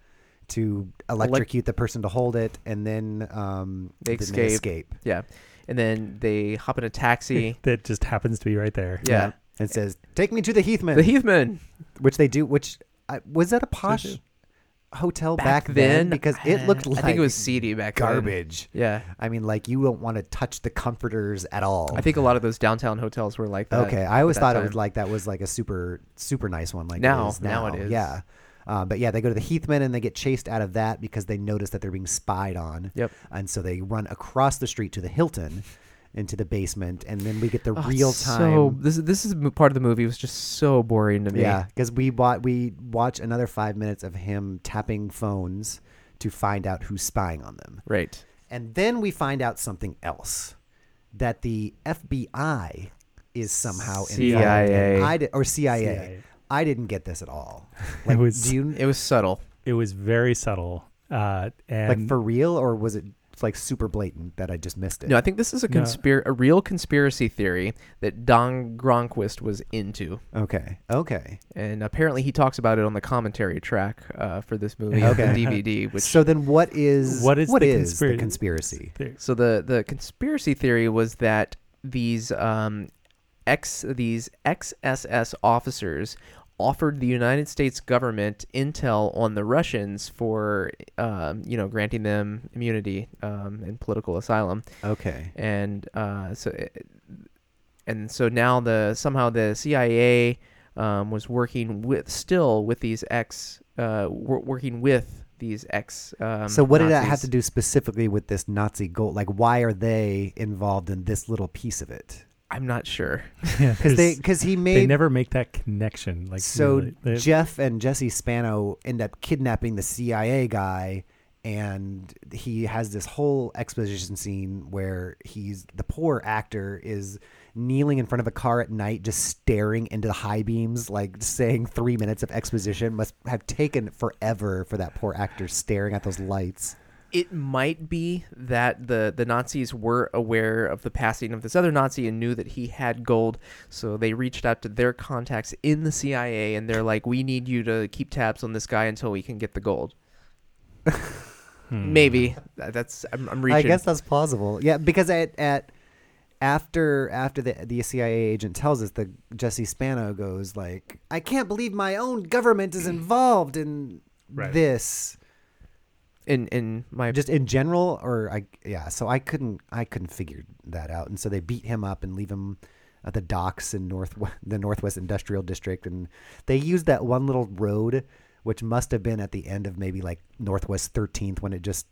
to electrocute the person to hold it, and then um, They then escape. they escape. Yeah, and then they hop in a taxi. that just happens to be right there. yeah. And says, "Take me to the Heathman," Eh, the Heathman. which they do. Which I, was that a posh hotel back, then? Because it looked like I think it was seedy back then. garbage. Yeah, I mean, like you don't want to touch the comforters at all. I think a lot of those downtown hotels were like that. Okay, I always at thought that it was time. like that was like a super super nice one. Like Now- it is now now. it is. Yeah, uh, but yeah, they go to the Heathman and they get chased out of that because they notice that they're being spied on. Yep. And so they run across the street to the Hilton, into the basement, and then we get the Oh, it's real So time. this is- this is m- part of the movie was just so boring to me. yeah, because we bought we watch another five minutes of him tapping phones to find out who's spying on them. Right. And then we find out something else that the FBI is somehow involved. CIA. in. I di- or CIA. CIA. I didn't get this at all. It was- do you, It was subtle. It was very subtle. Uh, and like for real or was it like super blatant that I just missed it? No, I think this is a conspir- a real conspiracy theory that Don Gronquist was into, okay. Okay. and apparently he talks about it on the commentary track uh, for this movie, on the Okay. DVD. Which so then what is What is the the conspira- conspiracy? So the the conspiracy theory was that these um, ex these XSS officers offered the United States government intel on the Russians for um, you know granting them immunity um, and political asylum, Okay. and uh, so and so now the somehow the CIA um, was working with still with these ex uh, wor- working with these ex. Um, So what did that Nazis. have to do specifically with this Nazi goal? Like, why are they involved in this little piece of it? I'm not sure. Because they because he made they never make that connection. Like so really. They- Jeff and Jesse Spano end up kidnapping the CIA guy, and he has this whole exposition scene where he's the poor actor is kneeling in front of a car at night, just staring into the high beams, like saying three minutes of exposition must have taken forever for that poor actor staring at those lights. it might be that the the Nazis were aware of the passing of this other Nazi and knew that he had gold, so they reached out to their contacts in the CIA and they're like, "We need you to keep tabs on this guy until we can get the gold." Maybe Th- that's I'm, I'm reaching. I guess that's plausible. Yeah, because at at after after the the CIA agent tells us the Jesse Spano goes like, "I can't believe my own government is involved in Right. this." in in my Just in general, or I yeah. So I couldn't I couldn't figure that out, and so they beat him up and leave him at the docks in north the Northwest Industrial District, and they used that one little road, which must have been at the end of maybe like Northwest 13th when it just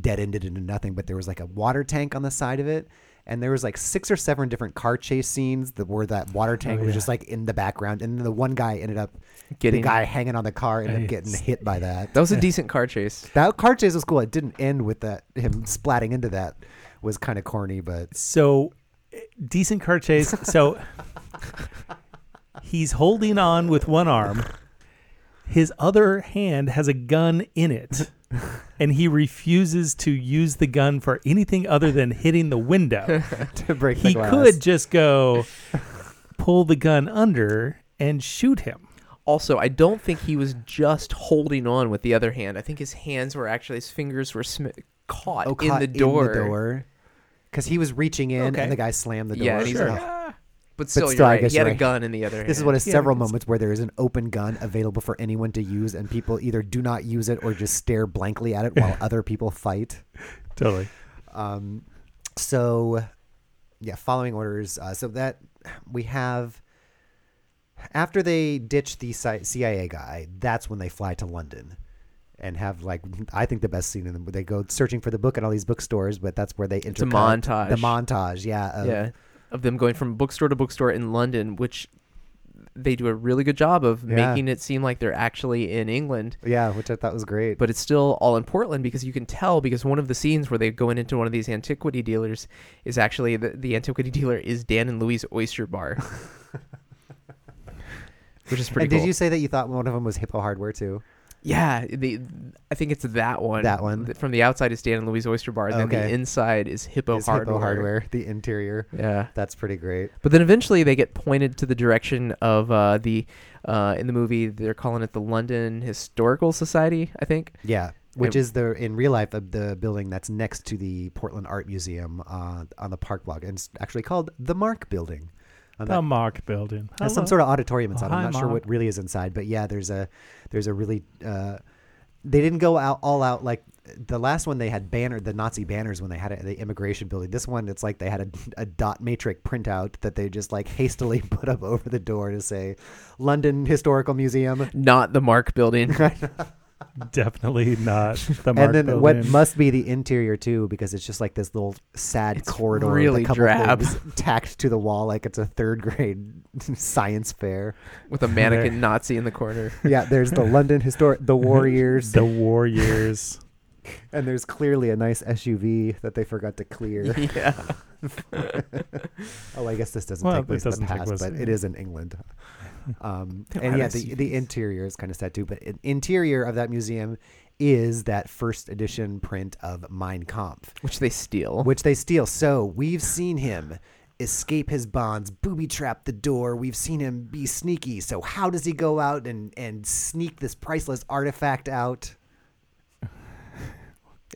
dead ended into nothing, but there was like a water tank on the side of it. And there was like six or seven different car chase scenes that where that water tank was just like in the background. And then the one guy ended up Getting- the guy hanging on the car ended up getting Nice. hit by that. that was a decent car chase. That car chase was cool. It didn't end with that him splatting into that was kind of corny, but so eh, decent car chase. So he's holding on with one arm. His other hand has a gun in it, and he refuses to use the gun for anything other than hitting the window. to break the he glass. could just go pull the gun under and shoot him. Also, I don't think he was just holding on with the other hand. I think his hands were actually his fingers were sm- caught, Oh, in caught the door. Because he was reaching in Okay. and the guy slammed the door. Yeah, and he's So- like, "Ah." but still, still, you're I right. guess He had you're a right. gun in the other. This is hand. one of Yeah, several because- moments where there is an open gun available for anyone to use, and people either do not use it or just stare blankly at it while other people fight. Totally. So, yeah, following orders. Uh, so that we have after they ditch the ci- CIA guy, that's when they fly to London and have like I think the best scene in them. They go searching for the book at all these bookstores, but that's where they a intercut The montage. montage, yeah. of- yeah of them going from bookstore to bookstore in london which they do a really good job of Yeah. making it seem like they're actually in england yeah, which I thought was great. but it's still all in portland because you can tell because one of the scenes where they go in into one of these antiquity dealers is actually the, the antiquity dealer is dan and louise oyster bar which is pretty and did cool you say that you thought one of them was Hippo Hardware too? yeah the, i think it's that one That one. Th- from the outside is dan and louise oyster bar and then the Okay. inside is hippo is hardware Hippo Hardware, the interior. yeah That's pretty great. But then eventually they get pointed to the direction of uh, the uh, in the movie they're calling it the London Historical Society, I think. Yeah, which It- is the in real life of the building that's next to the Portland Art Museum uh, on the Park Block, and it's actually called the Mark Building. And The that- Mark Building. has some Hello. sort of auditorium inside. Oh, I'm hi, not sure Mom. what really is inside, but yeah, there's a there's a really uh, they didn't go out all out like the last one they had banner the Nazi banners when they had it, at the immigration building. This one it's like they had a, a dot matrix printout that they just like hastily put up over the door to say London Historical Museum. Not the Mark Building. Definitely not the Mark and then Building. what must be the interior too, because it's just like this little sad corridor, with really a couple drab. things tacked to the wall, like it's a third grade science fair. with a mannequin Nazi in the corner. Yeah, there's the London historic, the Warriors, the Warriors. and there's clearly a nice SUV that they forgot to clear. yeah. oh, I guess this doesn't Well, take it place doesn't in the take past, place, but it yeah. is in England. Um, There and are yeah, the, the interior is kind of set too. But the interior of that museum is that first edition print of Mein Kampf. Which they steal. which they steal. So we've seen him escape his bonds, booby trap the door. We've seen him be sneaky. So how does he go out and and sneak this priceless artifact out?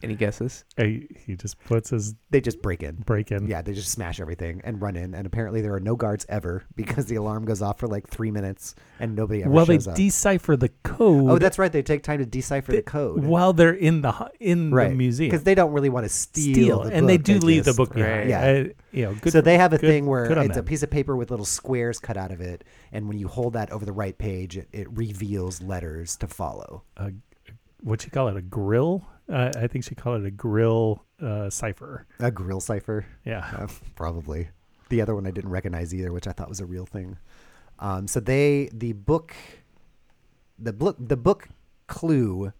Any guesses? Hey, he just puts his They just break in. break in. Yeah, they just smash everything and run in. And apparently there are no guards ever because the alarm goes off for like three minutes and nobody ever Well, they shows up. decipher the code. oh, that's right. They take time to decipher the code. While they're in the hu- in the museum, because they don't really want to steal, the and they book, do leave just- the book behind. Right. Yeah, Yeah. I, you know, good so for- they have a good- thing where good on it's a them. piece of paper with little squares cut out of it, and when you hold that over the right page, it, it reveals letters to follow. a what you call it a grill. Uh, I think she called it a grill uh, cipher. A grill cipher. Yeah. Uh, probably. The other one I didn't recognize either, which I thought was a real thing. Um, so they the book the book the book clue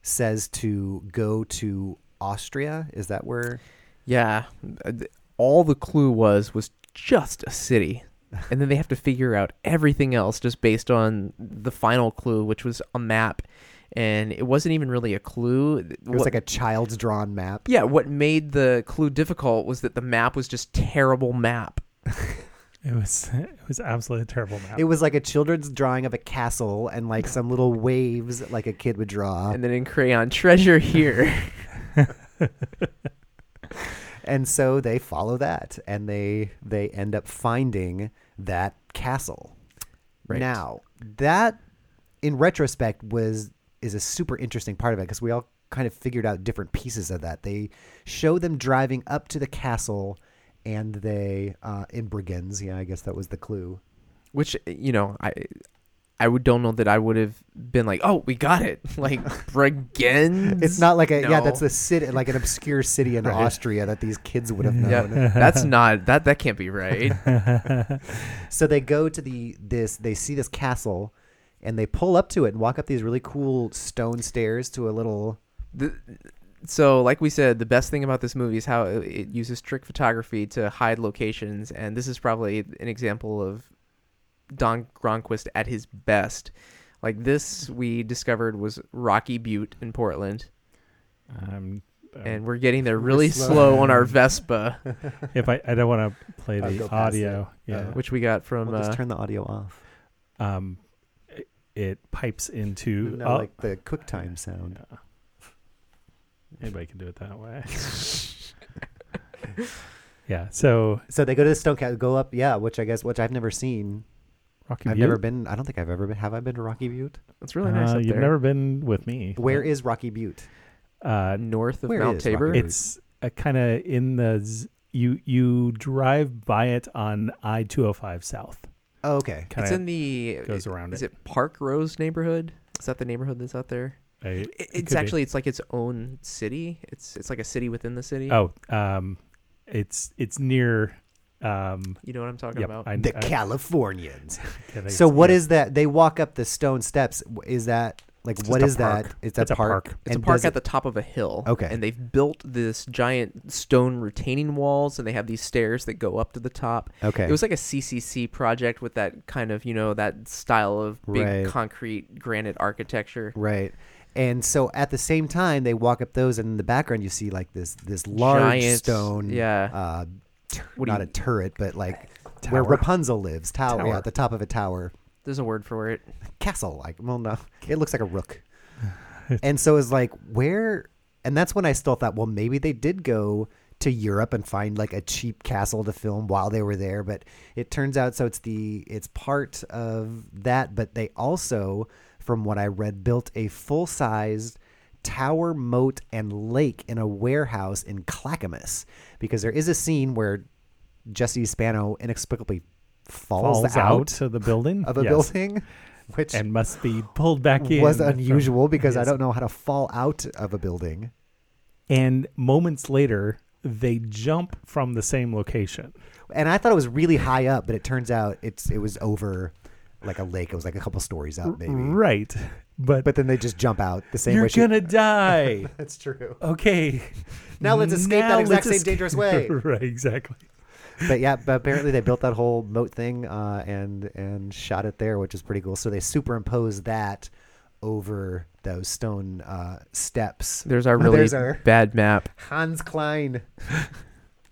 says to go to Austria. Is that where? Yeah, uh, th- all the clue was was just a city, and then they have to figure out everything else just based on the final clue, which was a map, and it wasn't even really a clue. It It was like a child's drawn map. yeah. What made the clue difficult was that the map was just terrible map. It was it was absolutely a terrible map. It was like a children's drawing of a castle and like some little waves like a kid would draw. And then in crayon, treasure here. and so they follow that and they they end up finding that castle Right. now that in retrospect was is a super interesting part of it because we all kind of figured out different pieces of that they show them driving up to the castle and they uh, in brigands yeah i guess that was the clue which you know i i would don't know that i would have been like oh we got it like brigands it's not like a yeah that's No. the city like an obscure city in austria that these kids would have known yeah that's not that that can't be right So they go to the this they see this castle and they pull up to it and walk up these really cool stone stairs to a little so like we said the best thing about this movie is how it it uses trick photography to hide locations and this is probably an example of don gronquist at his best like this we discovered was rocky butte in portland um, and we're getting there really slow on our vespa if I I don't want to play I'll the go past audio. it. Uh, Yeah. which we got from we'll just uh, turn the audio off. um, it, it pipes into. No, oh, like the quick time sound. anybody can do it that way. yeah. So So they go to the stone castle, go up, yeah, which I guess which I've never seen. Rocky I've Butte. never been I don't think I've ever been have I been to Rocky Butte? it's really nice Uh, up you've there. never been with me. Where is Rocky Butte? Uh, north of Where Mount is Rocky Tabor. Road? it's uh kind of in the z- you you drive by it on I two hundred five south. Oh, okay. Kinda It's in the goes around Is it. it Park Rose neighborhood? Is that the neighborhood that's out there? I- it It, could it's be. actually it's like its own city. It's it's like a city within the city. oh um, it's it's near um. you know what I'm talking Yep, about. I, The I- Californians. I think So it's- what yeah. is that? They walk up the stone steps. W- Is that like It's what just is a park. that? Is that It's a park. it's a And park does at the it- top of a hill. Okay. And they've built this giant stone retaining walls, and they have these stairs that go up to the top. Okay. It was like a CCC project with that kind of you know that style of big Right. concrete granite architecture. Right. And so at the same time, they walk up those, and in the background, you see like this this large Giant, stone. yeah. Uh, tur- What do not you- a turret, but like where Tower. Rapunzel lives. Tower, Yeah, Tower. at the top of a tower. There's a word for it. Castle. Like, well, no. It looks like a rook. and so it's like, where. And that's when I still thought, well, maybe they did go to Europe and find like a cheap castle to film while they were there. But it turns out, so it's the. It's part of that, but they also, from what I read, built a full sized tower, moat, and lake in a warehouse in Clackamas because there is a scene where Jesse Spano inexplicably falls, falls out, out, of the building of a Yes. building, which and must be pulled back in. was from- unusual because I Yes. don't know how to fall out of a building. And moments later, they jump from the same location. And I thought it was really high up, but it turns out it's it was over like a lake. It was like a couple stories up, Oh, maybe. Right, but, But then they just jump out the same you're way. she- gonna die. That's true. okay. Now let's escape that Now exact let's same esca- dangerous way. right, exactly. But yeah, but apparently they built that whole moat thing uh, and and shot it there, which is pretty cool. So they superimposed that over those stone uh, steps. There's our really There's our- bad map. Hans Klein.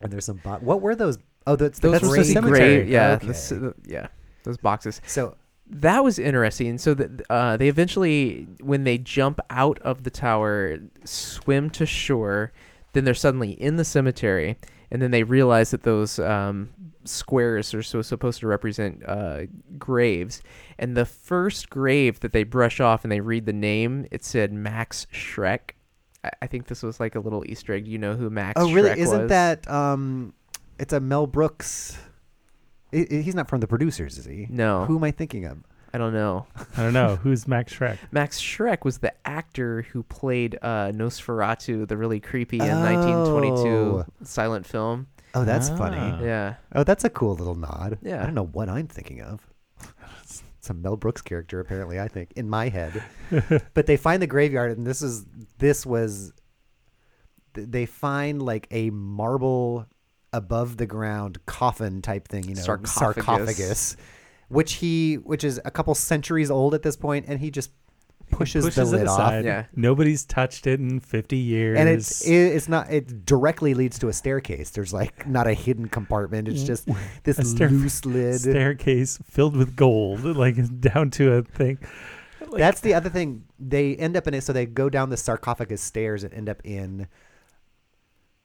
and there's some bot. What were those? Oh, that's Those that's were the supposed to be cemetery. great. Yeah, Okay. the c- uh, the- yeah, those boxes. so That was interesting. So that uh, they eventually, when they jump out of the tower, swim to shore. Then they're suddenly in the cemetery, and then they realize that those um, squares are so supposed to represent uh, graves. And the first grave that they brush off and they read the name, it said Max Shrek. I, I think this was like a little Easter egg. Do You know who Max? Oh, really? Schreck Isn't was? that um? It's a Mel Brooks. i- i- He's not from the producers, is he? No. Who am I thinking of? I don't know. I don't know who's Max Shrek. Max Schreck was the actor who played uh, Nosferatu, the really creepy in Oh. 1922 silent film. Oh, that's funny. Ah. Yeah. Oh, that's a cool little nod. Yeah. I don't know what I'm thinking of. It's a Mel Brooks character, apparently. I think in my head, but they find the graveyard, and this is this was. th- They find like a marble above the ground coffin type thing, you know, Sarcophagus. sarcophagus, which he, which is a couple centuries old at this point, and he just pushes, the lid off, Yeah. Nobody's touched it in 50 years. and it's it, it's not it directly leads to a staircase. There's like not a hidden compartment. It's just this a stair- loose lid. staircase filled with gold, like down to a thing. That's the other thing. They end up in it, so they go down the sarcophagus stairs and end up in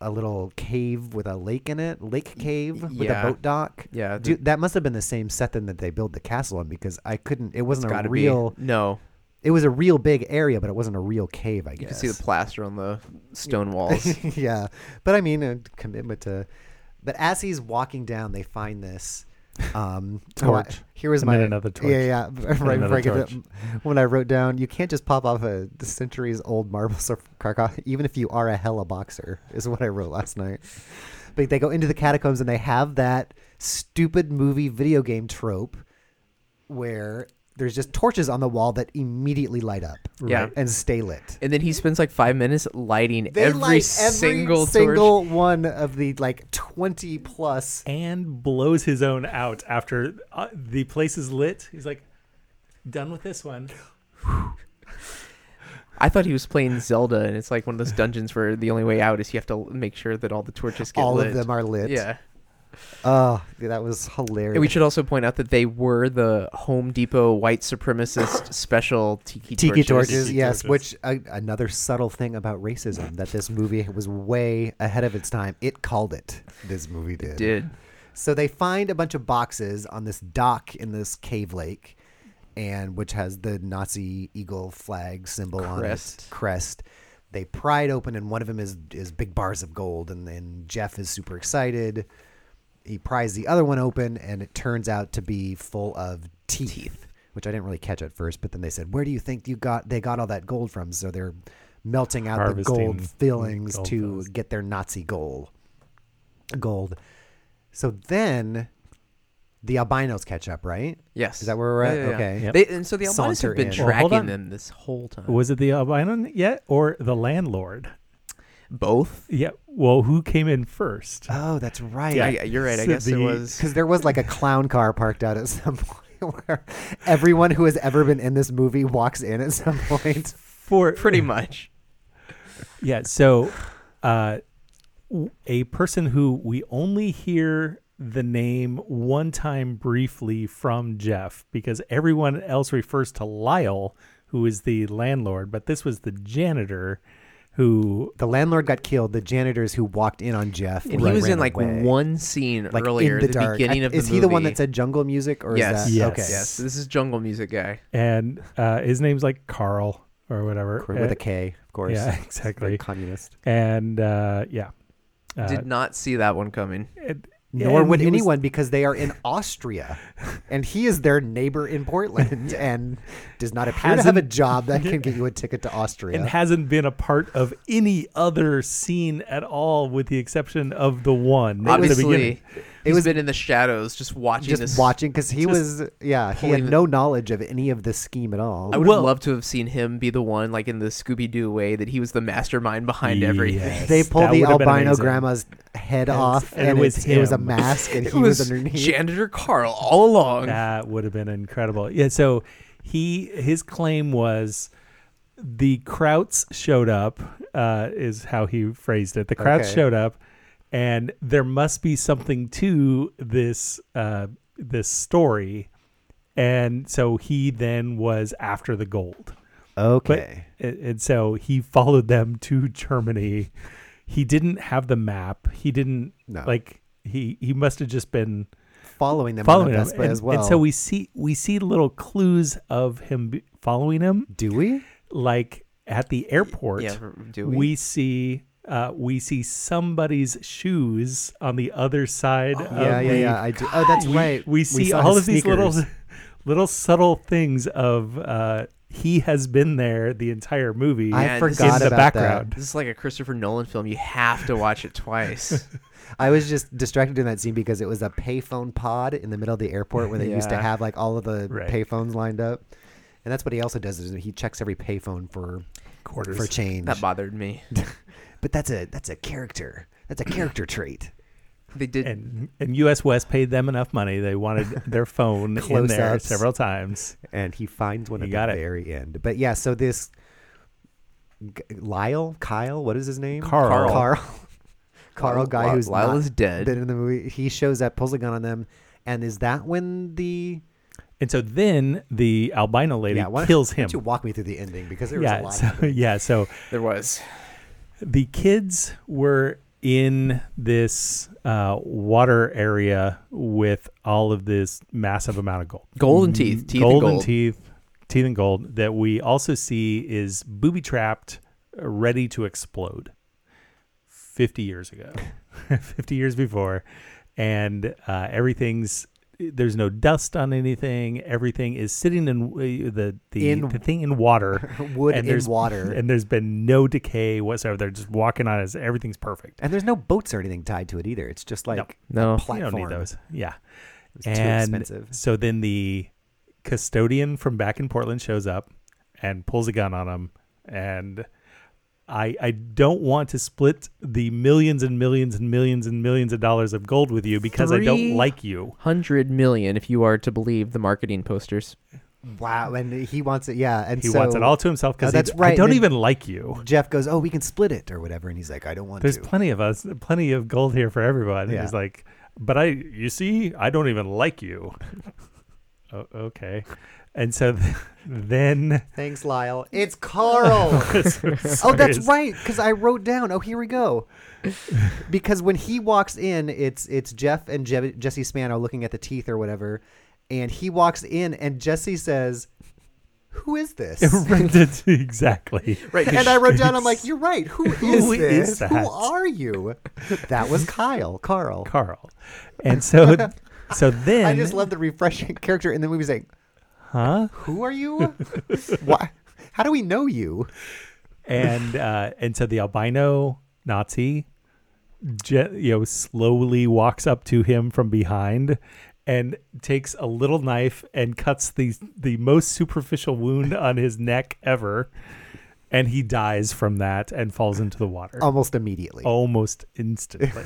a little cave with a lake in it, lake cave with a yeah. boat dock. Yeah, Dude, that must have been the same set then that they build the castle on because I couldn't. It wasn't Gotta a real. be. No. It was a real big area, but it wasn't a real cave. I guess You can see the plaster on the stone walls. yeah, but I mean, a commitment to. But as he's walking down, they find this um, oh, I- Torch. here was And my then another torch. Yeah, yeah. Right before another I get to- torch. when I wrote down, you can't just pop off a centuries old marble sarcophagus, even if you are a hella boxer, is what I wrote last night. But they go into the catacombs and they have that stupid movie video game trope where there's just torches on the wall that immediately light up Yeah. and stay lit and then he spends like five minutes lighting they every, light every single, torch. single one of the like 20 plus And blows his own out after uh, the place is lit. He's like, done with this one. I thought he was playing Zelda, and it's like one of those dungeons where the only way out is you have to make sure that all the torches get all lit. of them are lit Yeah. oh yeah, that was hilarious And we should also point out that they were the Home Depot white supremacist special tiki, tiki torches. torches Tiki yes torches. which uh, another subtle thing about racism that this movie was way ahead of its time it called it this movie did, Did so they find a bunch of boxes on this dock in this cave lake and which has the nazi eagle flag symbol on Crest. it crest they pry it open and one of them is is big bars of gold and then jeff is super excited he pries the other one open and it turns out to be full of teeth, which I didn't really catch at first, but then they said, "Where do you think you got they got all that gold from?" So they're melting out the Harvesting gold fillings gold to fillings. get their Nazi gold. Gold. So then the albinos catch up, right? yes? Is that where we're at? Yeah, yeah, yeah. Okay. Yep. They, and so the Albinos Saunter have been in. Well, hold tracking on. them this whole time. Was it the albino yet or the landlord? Both. Yeah. Well, who came in first? Oh, that's right. Yeah, you're right. I So guess the- it was. Because there was like a clown car parked out at some point where everyone who has ever been in this movie walks in at some point. For Pretty much. Yeah. So, uh, w- a person who we only hear the name one time briefly from Jeff because everyone else refers to Lyle, who is the landlord, but this was the janitor who. the landlord got killed. The janitors who walked in on Jeff. And ran- he was ran in like away. one scene Like, earlier, in the, the, dark. beginning I- of the is he the one movie. that said jungle music or is Yes. that Yes. okay? Yes, this is jungle music guy. And uh, his name's like Carl or whatever. With Uh, a K, of course. Yeah, Very exactly. communist. And uh, yeah. Uh, Did not see that one coming. and- Nor and would he was- anyone because they are in Austria, and he is their neighbor in Portland, and does not appear to have a Hasn't- job that can get you a ticket to Austria. and hasn't been a part of any other scene at all, with the exception of the one. at the beginning. Obviously, it was- was been in the shadows, just watching just this. watching because he was yeah he had pulling the- no knowledge of any of this scheme at all. I would Well- love to have seen him be the one, like in the Scooby Doo way, that he was the mastermind behind everything. Yes. they pull That the would've been albino amazing. grandma's head And- off, and it and, was it's- it was a him. mask, and It he was was underneath. janitor Carl all along. That would have been incredible. Yeah. So he his claim was the Krauts showed up. Uh, is how he phrased it. The Krauts Okay. showed up, and there must be something to this uh, this story. And so he then was after the gold. But Okay. and, and so he followed them to Germany. He didn't have the map. He didn't No. like he he must have just been following them following on him. Vespa And, as well. and so we see we see little clues of him be- following him, do we? like at the airport. yeah, do we? see uh, we see somebody's shoes on the other side. of yeah, yeah, the- yeah. I do. Oh, that's right. Uh, We see saw all his of these little sneakers. little subtle things of uh, he has been there the entire movie. I Yeah, this forgot is- in the about background. This is like a Christopher Nolan film. You have to watch it twice. that. I was just distracted in that scene because it was a payphone pod in the middle of the airport where they used to Yeah. have like all of the Right. payphones lined up. And that's what he also does is he checks every payphone for Quarters. for change. that bothered me. but that's a that's a character. That's a character trait. They did. and and US West paid them enough money. They wanted their phone in there Close-ups. several times. and he finds one You at got the it. very end. But yeah, so this G- Lyle, Kyle, what is his name? Carl. Carl. Carl. Carl, Lyle- guy who's Lyle not is dead. Been in the movie. He shows up, pulls a gun on them, and is that when the And so then the albino lady yeah why- kills why don't him. you walk me through the ending because there was a yeah, lot. so, yeah, so There was. the kids were in this uh, water area with all of this massive amount of gold. Gold and teeth. Teeth gold and gold. teeth, teeth and gold that we also see is booby trapped, ready to explode. Fifty years ago, fifty years before, and uh, everything's there's no dust on anything. Everything is sitting in uh, the the, In- the thing in water, Wood in there's- water. and there's been no decay whatsoever. They're just walking on it. Everything's perfect. And there's no boats or anything tied to it either. It's just like No. You platform. don't need those. Yeah. too expensive. So then the custodian from back in Portland shows up and pulls a gun on him. And I I don't want to split the millions and millions and millions and millions of dollars of gold with you because I Three- don't like you. Hundred million, if you are to believe the marketing posters. Wow, and he wants it. Yeah, and He so wants it all to himself because No, that's right, I don't and then- even like you. Jeff goes, "Oh, we can split it or whatever," and he's like, "I don't want There's to." plenty of us, plenty of gold here for everyone. Yeah. He's like, but I, you see, I don't even like you. O- okay. And so th- then Thanks, Lyle. It's Carl. Oh, that's right. Because I wrote down. Oh, here we go. because when he walks in, it's it's Jeff and Je- Jesse Spano looking at the teeth or whatever, and he walks in, and Jesse says, "Who is this?" Rented exactly. Right. and I wrote down, "I'm like, you're right. Who is Who is this? that?" Who are you?" That was Kyle. Carl. Carl. And so so then I just love the refreshing character in the movie saying, huh? "Who are you? Why? How do we know you?" And uh and so the albino Nazi je- you know slowly walks up to him from behind and takes a little knife and cuts the the most superficial wound on his neck ever and he dies from that and falls into the water Almost immediately. Oh. almost instantly.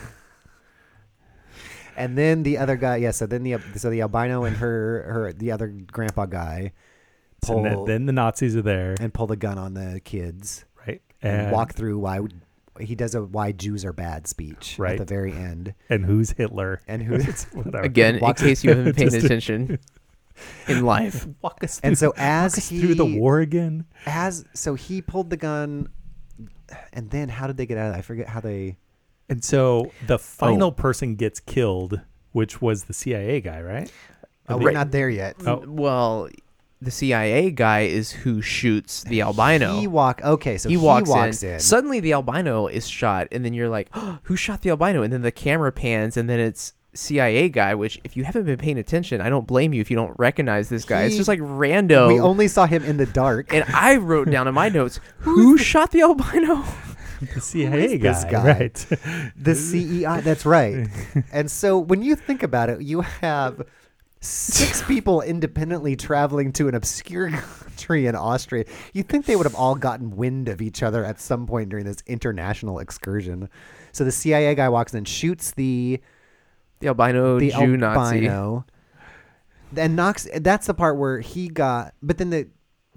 And then the other guy, yeah. So then the so the albino and her her the other grandpa guy pull and then, then the Nazis are there, and pull the gun on the kids right? and, walk through why he does a why Jews are bad speech at Right. the very end. and who's Hitler? And who- It's whatever. Again, in Walks- case you haven't paid Just- attention in life. walk us And so through- as walk us he through the war again. as so he pulled the gun, and then how did they get out of that? I forget how they. And so the Oh. final person gets killed, which was the CIA guy, right? Oh, they- we're not there yet. Oh. Well, the CIA guy is who shoots the albino. He walk. Okay, so he walks, in. in. Suddenly, the albino is shot, and then you're like, oh, "Who shot the albino?" And then the camera pans, and then it's CIA guy. Which, if you haven't been paying attention, I don't blame you if you don't recognize this guy. it's He- just like rando. we only saw him in the dark. and I wrote down in my notes, "Who shot the albino?" The CIA guy, this guy? right? The CEI. That's right. and so when you think about it, you have six people independently traveling to an obscure country in Austria. You think they would have all gotten wind of each other at some point during this international excursion? So the CIA guy walks in, shoots the The albino the Jew Nazi. albino, and knocks. That's the part where he got. But then the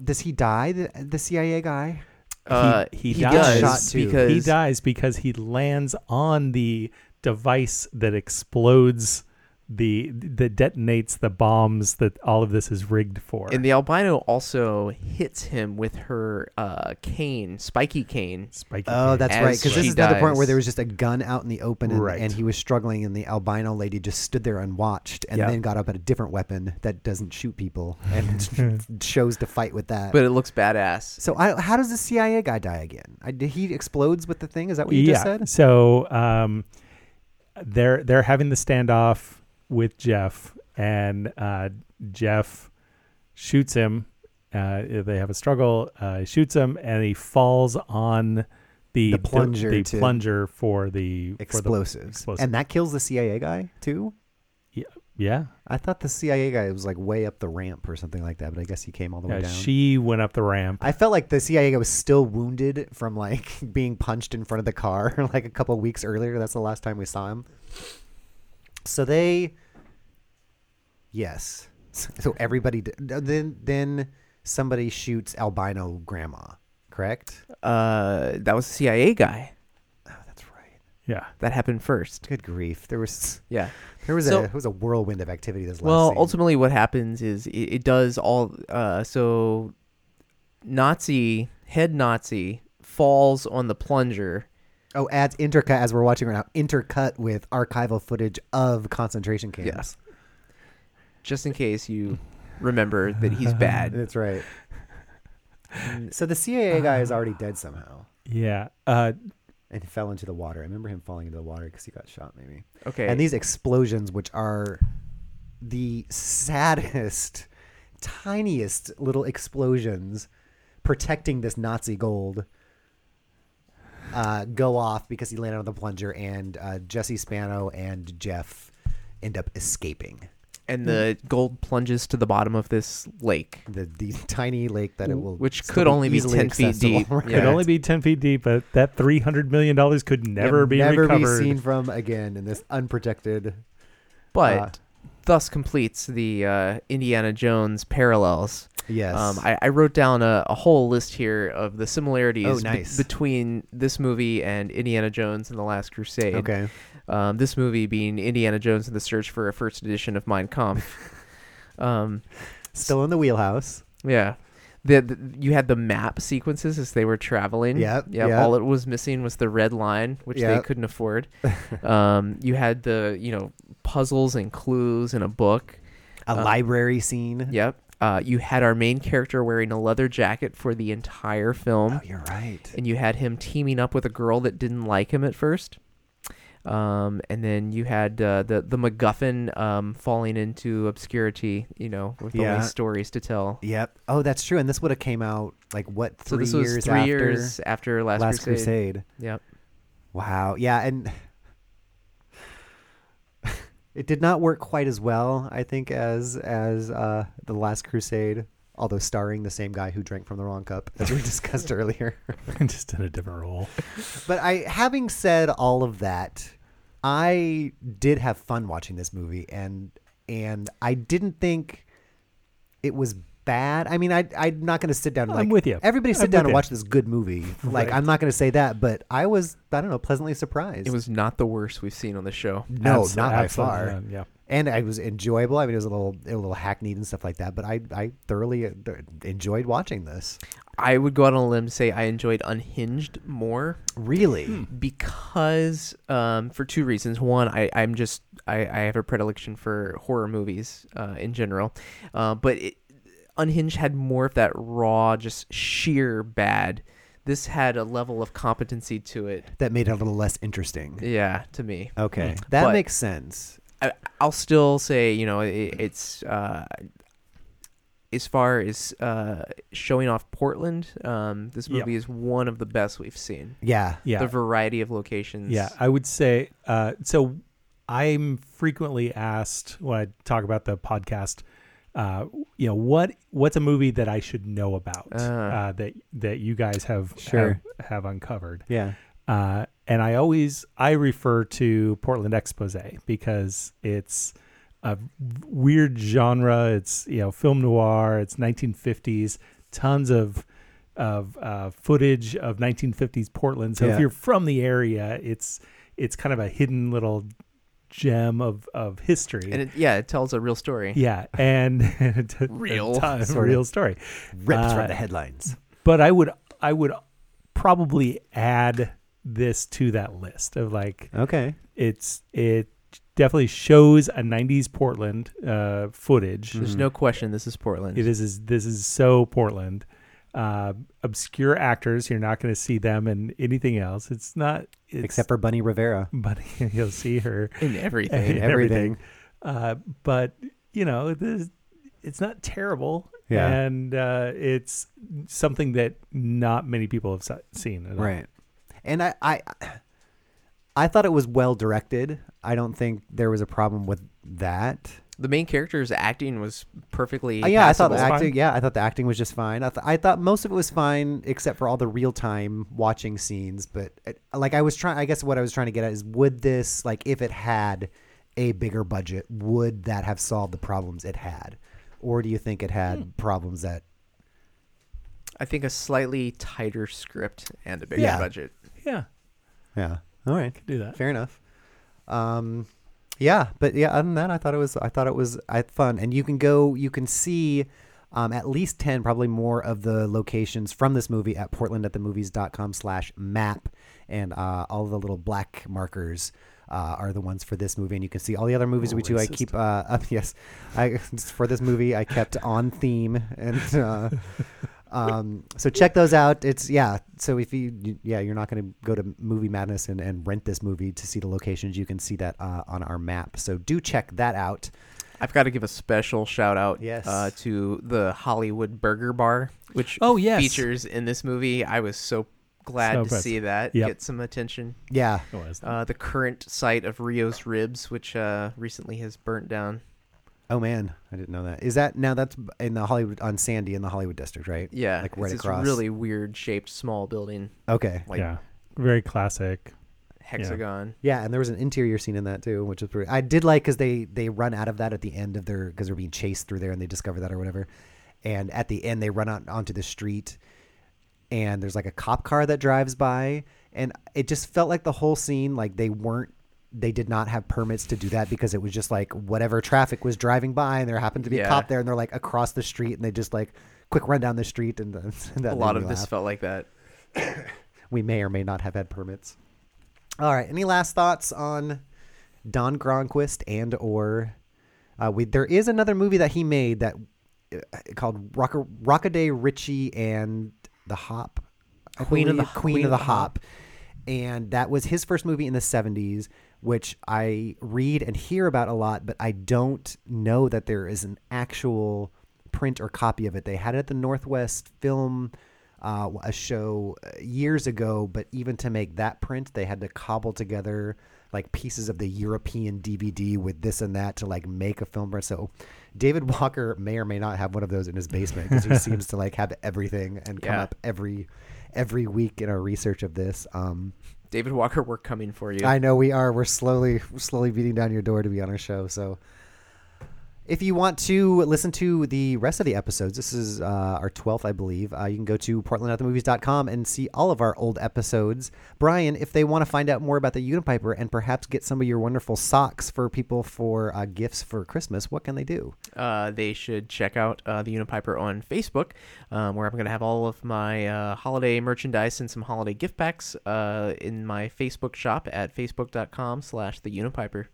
does he die? The, the CIA guy. Uh, he, he he got dies shot too. because he dies because he lands on the device that explodes the that detonates the bombs that all of this is rigged for. And the albino also hits him with her uh, cane, spiky cane. Spiky Oh, cane. that's As right. Because this she is another point where dies. there was just a gun out in the open, and, Right. and he was struggling, and the albino lady just stood there unwatched, and Yeah. then got up at a different weapon that doesn't shoot people, and chose to fight with that. But it looks badass. so, I, how does the CIA guy die again? I, did he explodes with the thing? Is that what you just said? So um, they're they're having the standoff with Jeff, and uh, Jeff shoots him. Uh, they have a struggle. Uh, he shoots him, and he falls on the, The plunger the, to- plunger for the For the Explosives. explosive. And that kills the CIA guy too. yeah, yeah. I thought the CIA guy was like way up the ramp or something like that, but I guess he came all the way yeah down. she went up the ramp. I felt like the CIA guy was still wounded from like being punched in front of the car like a couple weeks earlier. That's the last time we saw him. So they, yes. So everybody d- then then somebody shoots albino grandma, correct? Uh, that was the CIA guy. Oh, that's right. Yeah. That happened first. Good grief! There was Yeah. there was So- a there was a whirlwind of activity this last. Well, scene. ultimately, what happens is it, it does all. Uh, so, Nazi head Nazi falls on the plunger. oh, adds intercut as we're watching right now, intercut with archival footage of concentration camps. Yes. Just in case you remember that he's bad. That's right. So the CIA guy is already dead somehow Yeah. Uh, and fell into the water. I remember him falling into the water because he got shot, maybe. Okay. And these explosions, which are the saddest, tiniest little explosions protecting this Nazi gold, uh, go off because he landed on the plunger, and uh, Jesse Spano and Jeff end up escaping and the gold plunges to the bottom of this lake. the, the tiny lake that it will, Which still could only be easily 10 feet accessible, deep. right? Yeah. Could only be ten feet deep, but that three hundred million dollars could never be never recovered. be seen from again in this unprotected. But Uh, thus completes the uh, Indiana Jones parallels. Yes. Um, I, I wrote down a, a whole list here of the similarities Oh, be- nice. between this movie and Indiana Jones and the Last Crusade. okay. Um, this movie being Indiana Jones and the Search for a First Edition of Mein Kampf. um, Still in the wheelhouse. yeah. The, the, you had the map sequences as they were traveling. Yep, Yeah. yep. All it was missing was the red line, which they Yep. couldn't afford. um, you had the you know puzzles and clues in a book. A Uh, library scene. Yep. Uh, you had our main character wearing a leather jacket for the entire film, Oh, you're right. and you had him teaming up with a girl that didn't like him at first. Um, and then you had uh, the the MacGuffin um, falling into obscurity, you know, with Yeah. only stories to tell. Yep. Oh, that's true. And this would have came out like what So three this years was three after years after Last, Last Crusade. Crusade. Yep. Wow. Yeah, and it did not work quite as well, I think, as as uh, the Last Crusade. Although starring the same guy who drank from the wrong cup, as we discussed earlier. Just in a different role. But I, having said all of that, I did have fun watching this movie, and and I didn't think it was bad. I mean, I I'm not going to sit down. And I'm like, with you. Everybody sit I'm down with and you. watch this good movie. Like I'm not going to say that, but I was I don't know pleasantly surprised. It was not the worst we've seen on the show. no, Abso- not by absolutely far. none, yeah. And I was enjoyable. I mean, it was a little, a little hackneyed and stuff like that. But I, I thoroughly uh, enjoyed watching this. I would go out on a limb to say I enjoyed Unhinged more Really, Hmm. because um, for two reasons. One, I, I'm just I, I have a predilection for horror movies uh, in general, uh, but it, Unhinged had more of that raw, just sheer bad. This had a level of competency to it. that made it a little less interesting. Yeah, to me. Okay, that Hmm. But- makes sense. I, I'll still say, you know, it, it's uh, as far as uh, showing off Portland. Um, this Yeah. movie is one of the best we've seen. Yeah, Yeah. The variety of locations. Yeah, I would say uh, so. I'm frequently asked when I talk about the podcast, uh, you know, what what's a movie that I should know about uh, that that you guys have Sure. have, have uncovered. yeah. Uh, and I always I refer to Portland Expose because it's a weird genre. It's you know film noir. It's 1950s. Tons of of uh, footage of 1950s Portland. So Yeah. if you're from the area, it's it's kind of a hidden little gem of of history. And it, yeah, it tells a real story. yeah, and Real, a sort of. real story. ripped Uh, from the headlines. but I would I would probably add this to that list of like Okay. it's it definitely shows a 90s Portland uh, footage. Mm-hmm. There's no question this is Portland. It is, is this is so Portland. Uh, obscure actors, you're not going to see them in anything else. It's not it's, Except for Bunny Rivera. but you'll see her in everything. in everything. Uh, but you know, this, it's not terrible. Yeah. and uh, it's something that not many people have se- seen. at all. Right. And I, I I thought it was well directed. I don't think there was a problem with that. The main character's acting was perfectly. Uh, yeah, I thought the passable. acting. Fine. Yeah, I thought the acting was just fine. I, th- I thought most of it was fine, except for all the real time watching scenes. But it, like, I was trying. I guess what I was trying to get at is, would this like if it had a bigger budget, would that have solved the problems it had, or do you think it had problems that? I think a slightly tighter script and a bigger Yeah. budget. Yeah. Yeah. All right. do that. Fair enough. Um, yeah, but yeah, other than that, I thought it was I thought it was I, fun, and you can go you can see um, at least ten, probably more of the locations from this movie at portlandatthemovies.com slash map, and uh, all the little black markers. Uh, are the ones for this movie, and you can see all the other movies we do. I keep uh, up, yes, I for this movie I kept on theme, and uh, um, so check those out. It's yeah. So if you you- yeah, you're not going to go to Movie Madness and, and rent this movie to see the locations. You can see that uh, on our map. So do check that out. I've got to give a special shout out Yes. uh, to the Hollywood Burger Bar, which Oh, yes. features in this movie. I was so glad So to impressed. see that Yep. get some attention. Yeah, It was. Uh, the current site of Rio's Ribs, which uh, recently has burnt down. Oh man, I didn't know that. Is that now that's in the Hollywood on Sandy in the Hollywood district, right? Yeah, like right it's this across. really weird shaped small building, okay. like yeah. Very classic. hexagon. Yeah, and there was an interior scene in that too, which is pretty. I did like because they they run out of that at the end of their because they're being chased through there and they discover that or whatever, and at the end they run out onto the street, and there's like a cop car that drives by, and it just felt like the whole scene like they weren't they did not have permits to do that because it was just like whatever traffic was driving by and there happened to be a Yeah. cop there and they're like across the street and they just like quick run down the street and, then- and that A lot made of me this laugh. felt like that. we may or may not have had permits. All right. Any last thoughts on Don Gronquist and or uh, we? There is another movie that he made that uh, called Rock- Rockaday Richie and the Hop. I Queen of the- believe, Queen, of the, Hop. And that was his first movie in the 70s, which I read and hear about a lot, but I don't know that there is an actual print or copy of it. They had it at the Northwest Film uh, a show uh, years ago, but even to make that print, they had to cobble together like pieces of the European DVD with this and that to like make a film print. So David Walker may or may not have one of those in his basement because he seems to like have everything and come Yeah. up every every week in our research of this. Um, David Walker, we're coming for you. I know we are. We're slowly we're slowly beating down your door to be on our show. So if you want to listen to the rest of the episodes, this is uh, our 12th, I believe. Uh, you can go to portlandatthemovies.com and see all of our old episodes. Brian, if they want to find out more about the Unipiper and perhaps get some of your wonderful socks for people for uh, gifts for Christmas, what can they do? uh, they should check out uh, the Unipiper on Facebook, um, where I'm going to have all of my uh, holiday merchandise and some holiday gift packs uh, in my Facebook shop at facebook.com slash the Unipiper.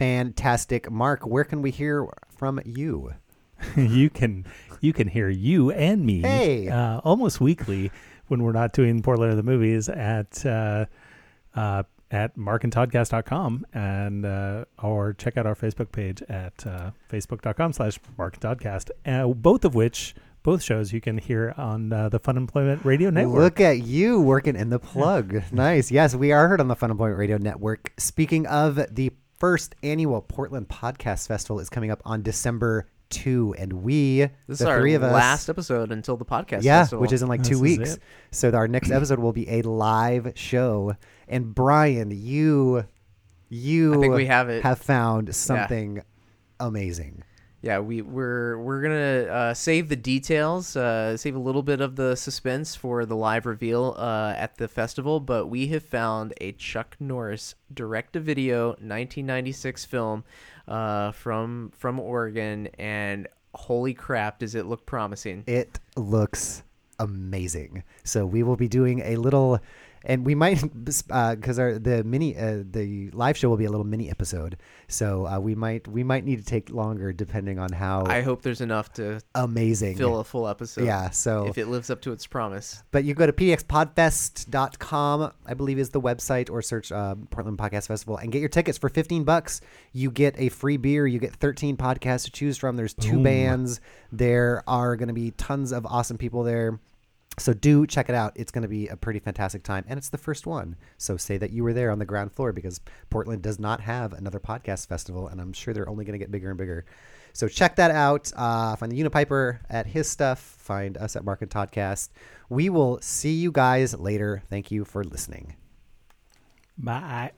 Fantastic. Mark, where can we hear from you? you can you can hear you and me Hey. uh, almost weekly when we're not doing Portland of the movies at uh, uh, at markandtoddcast.com and uh, or check out our Facebook page at uh, facebook.com slash markandtoddcast. Uh, both of which both shows you can hear on uh, the Fun Employment Radio Network. Look at you working in the plug. nice. Yes, we are heard on the Fun Employment Radio Network. Speaking of, the first annual Portland Podcast Festival is coming up on December 2, and we, This the is our three of us, last episode until the podcast. yeah, festival. which is in like two This is weeks. it. So our next episode will be a live show. And Brian, you, you, I think we have it. found something amazing. Yeah, we we're we're gonna uh, save the details, uh, save a little bit of the suspense for the live reveal uh, at the festival. But we have found a Chuck Norris direct-to-video 1996 film uh, from from Oregon, and holy crap, does it look promising! It looks amazing. So we will be doing a little and we might because our the mini uh, the live show will be a little mini episode, so uh, we might we might need to take longer depending on how I hope there's enough to amazing. fill a full episode. Yeah, so- if it lives up to its promise, But you go to pdxpodfest.com, I believe is the website, or search uh, Portland Podcast Festival and get your tickets for 15 bucks. You get a free beer, you get 13 podcasts to choose from. There's two bands. There are going to be tons of awesome people there. So do check it out. It's going to be a pretty fantastic time. And it's the first one. So say that you were there on the ground floor because Portland does not have another podcast festival. And I'm sure they're only going to get bigger and bigger. So check that out. Uh, find the Unipiper at his stuff. Find us at Mark and Toddcast. We will see you guys later. Thank you for listening. Bye.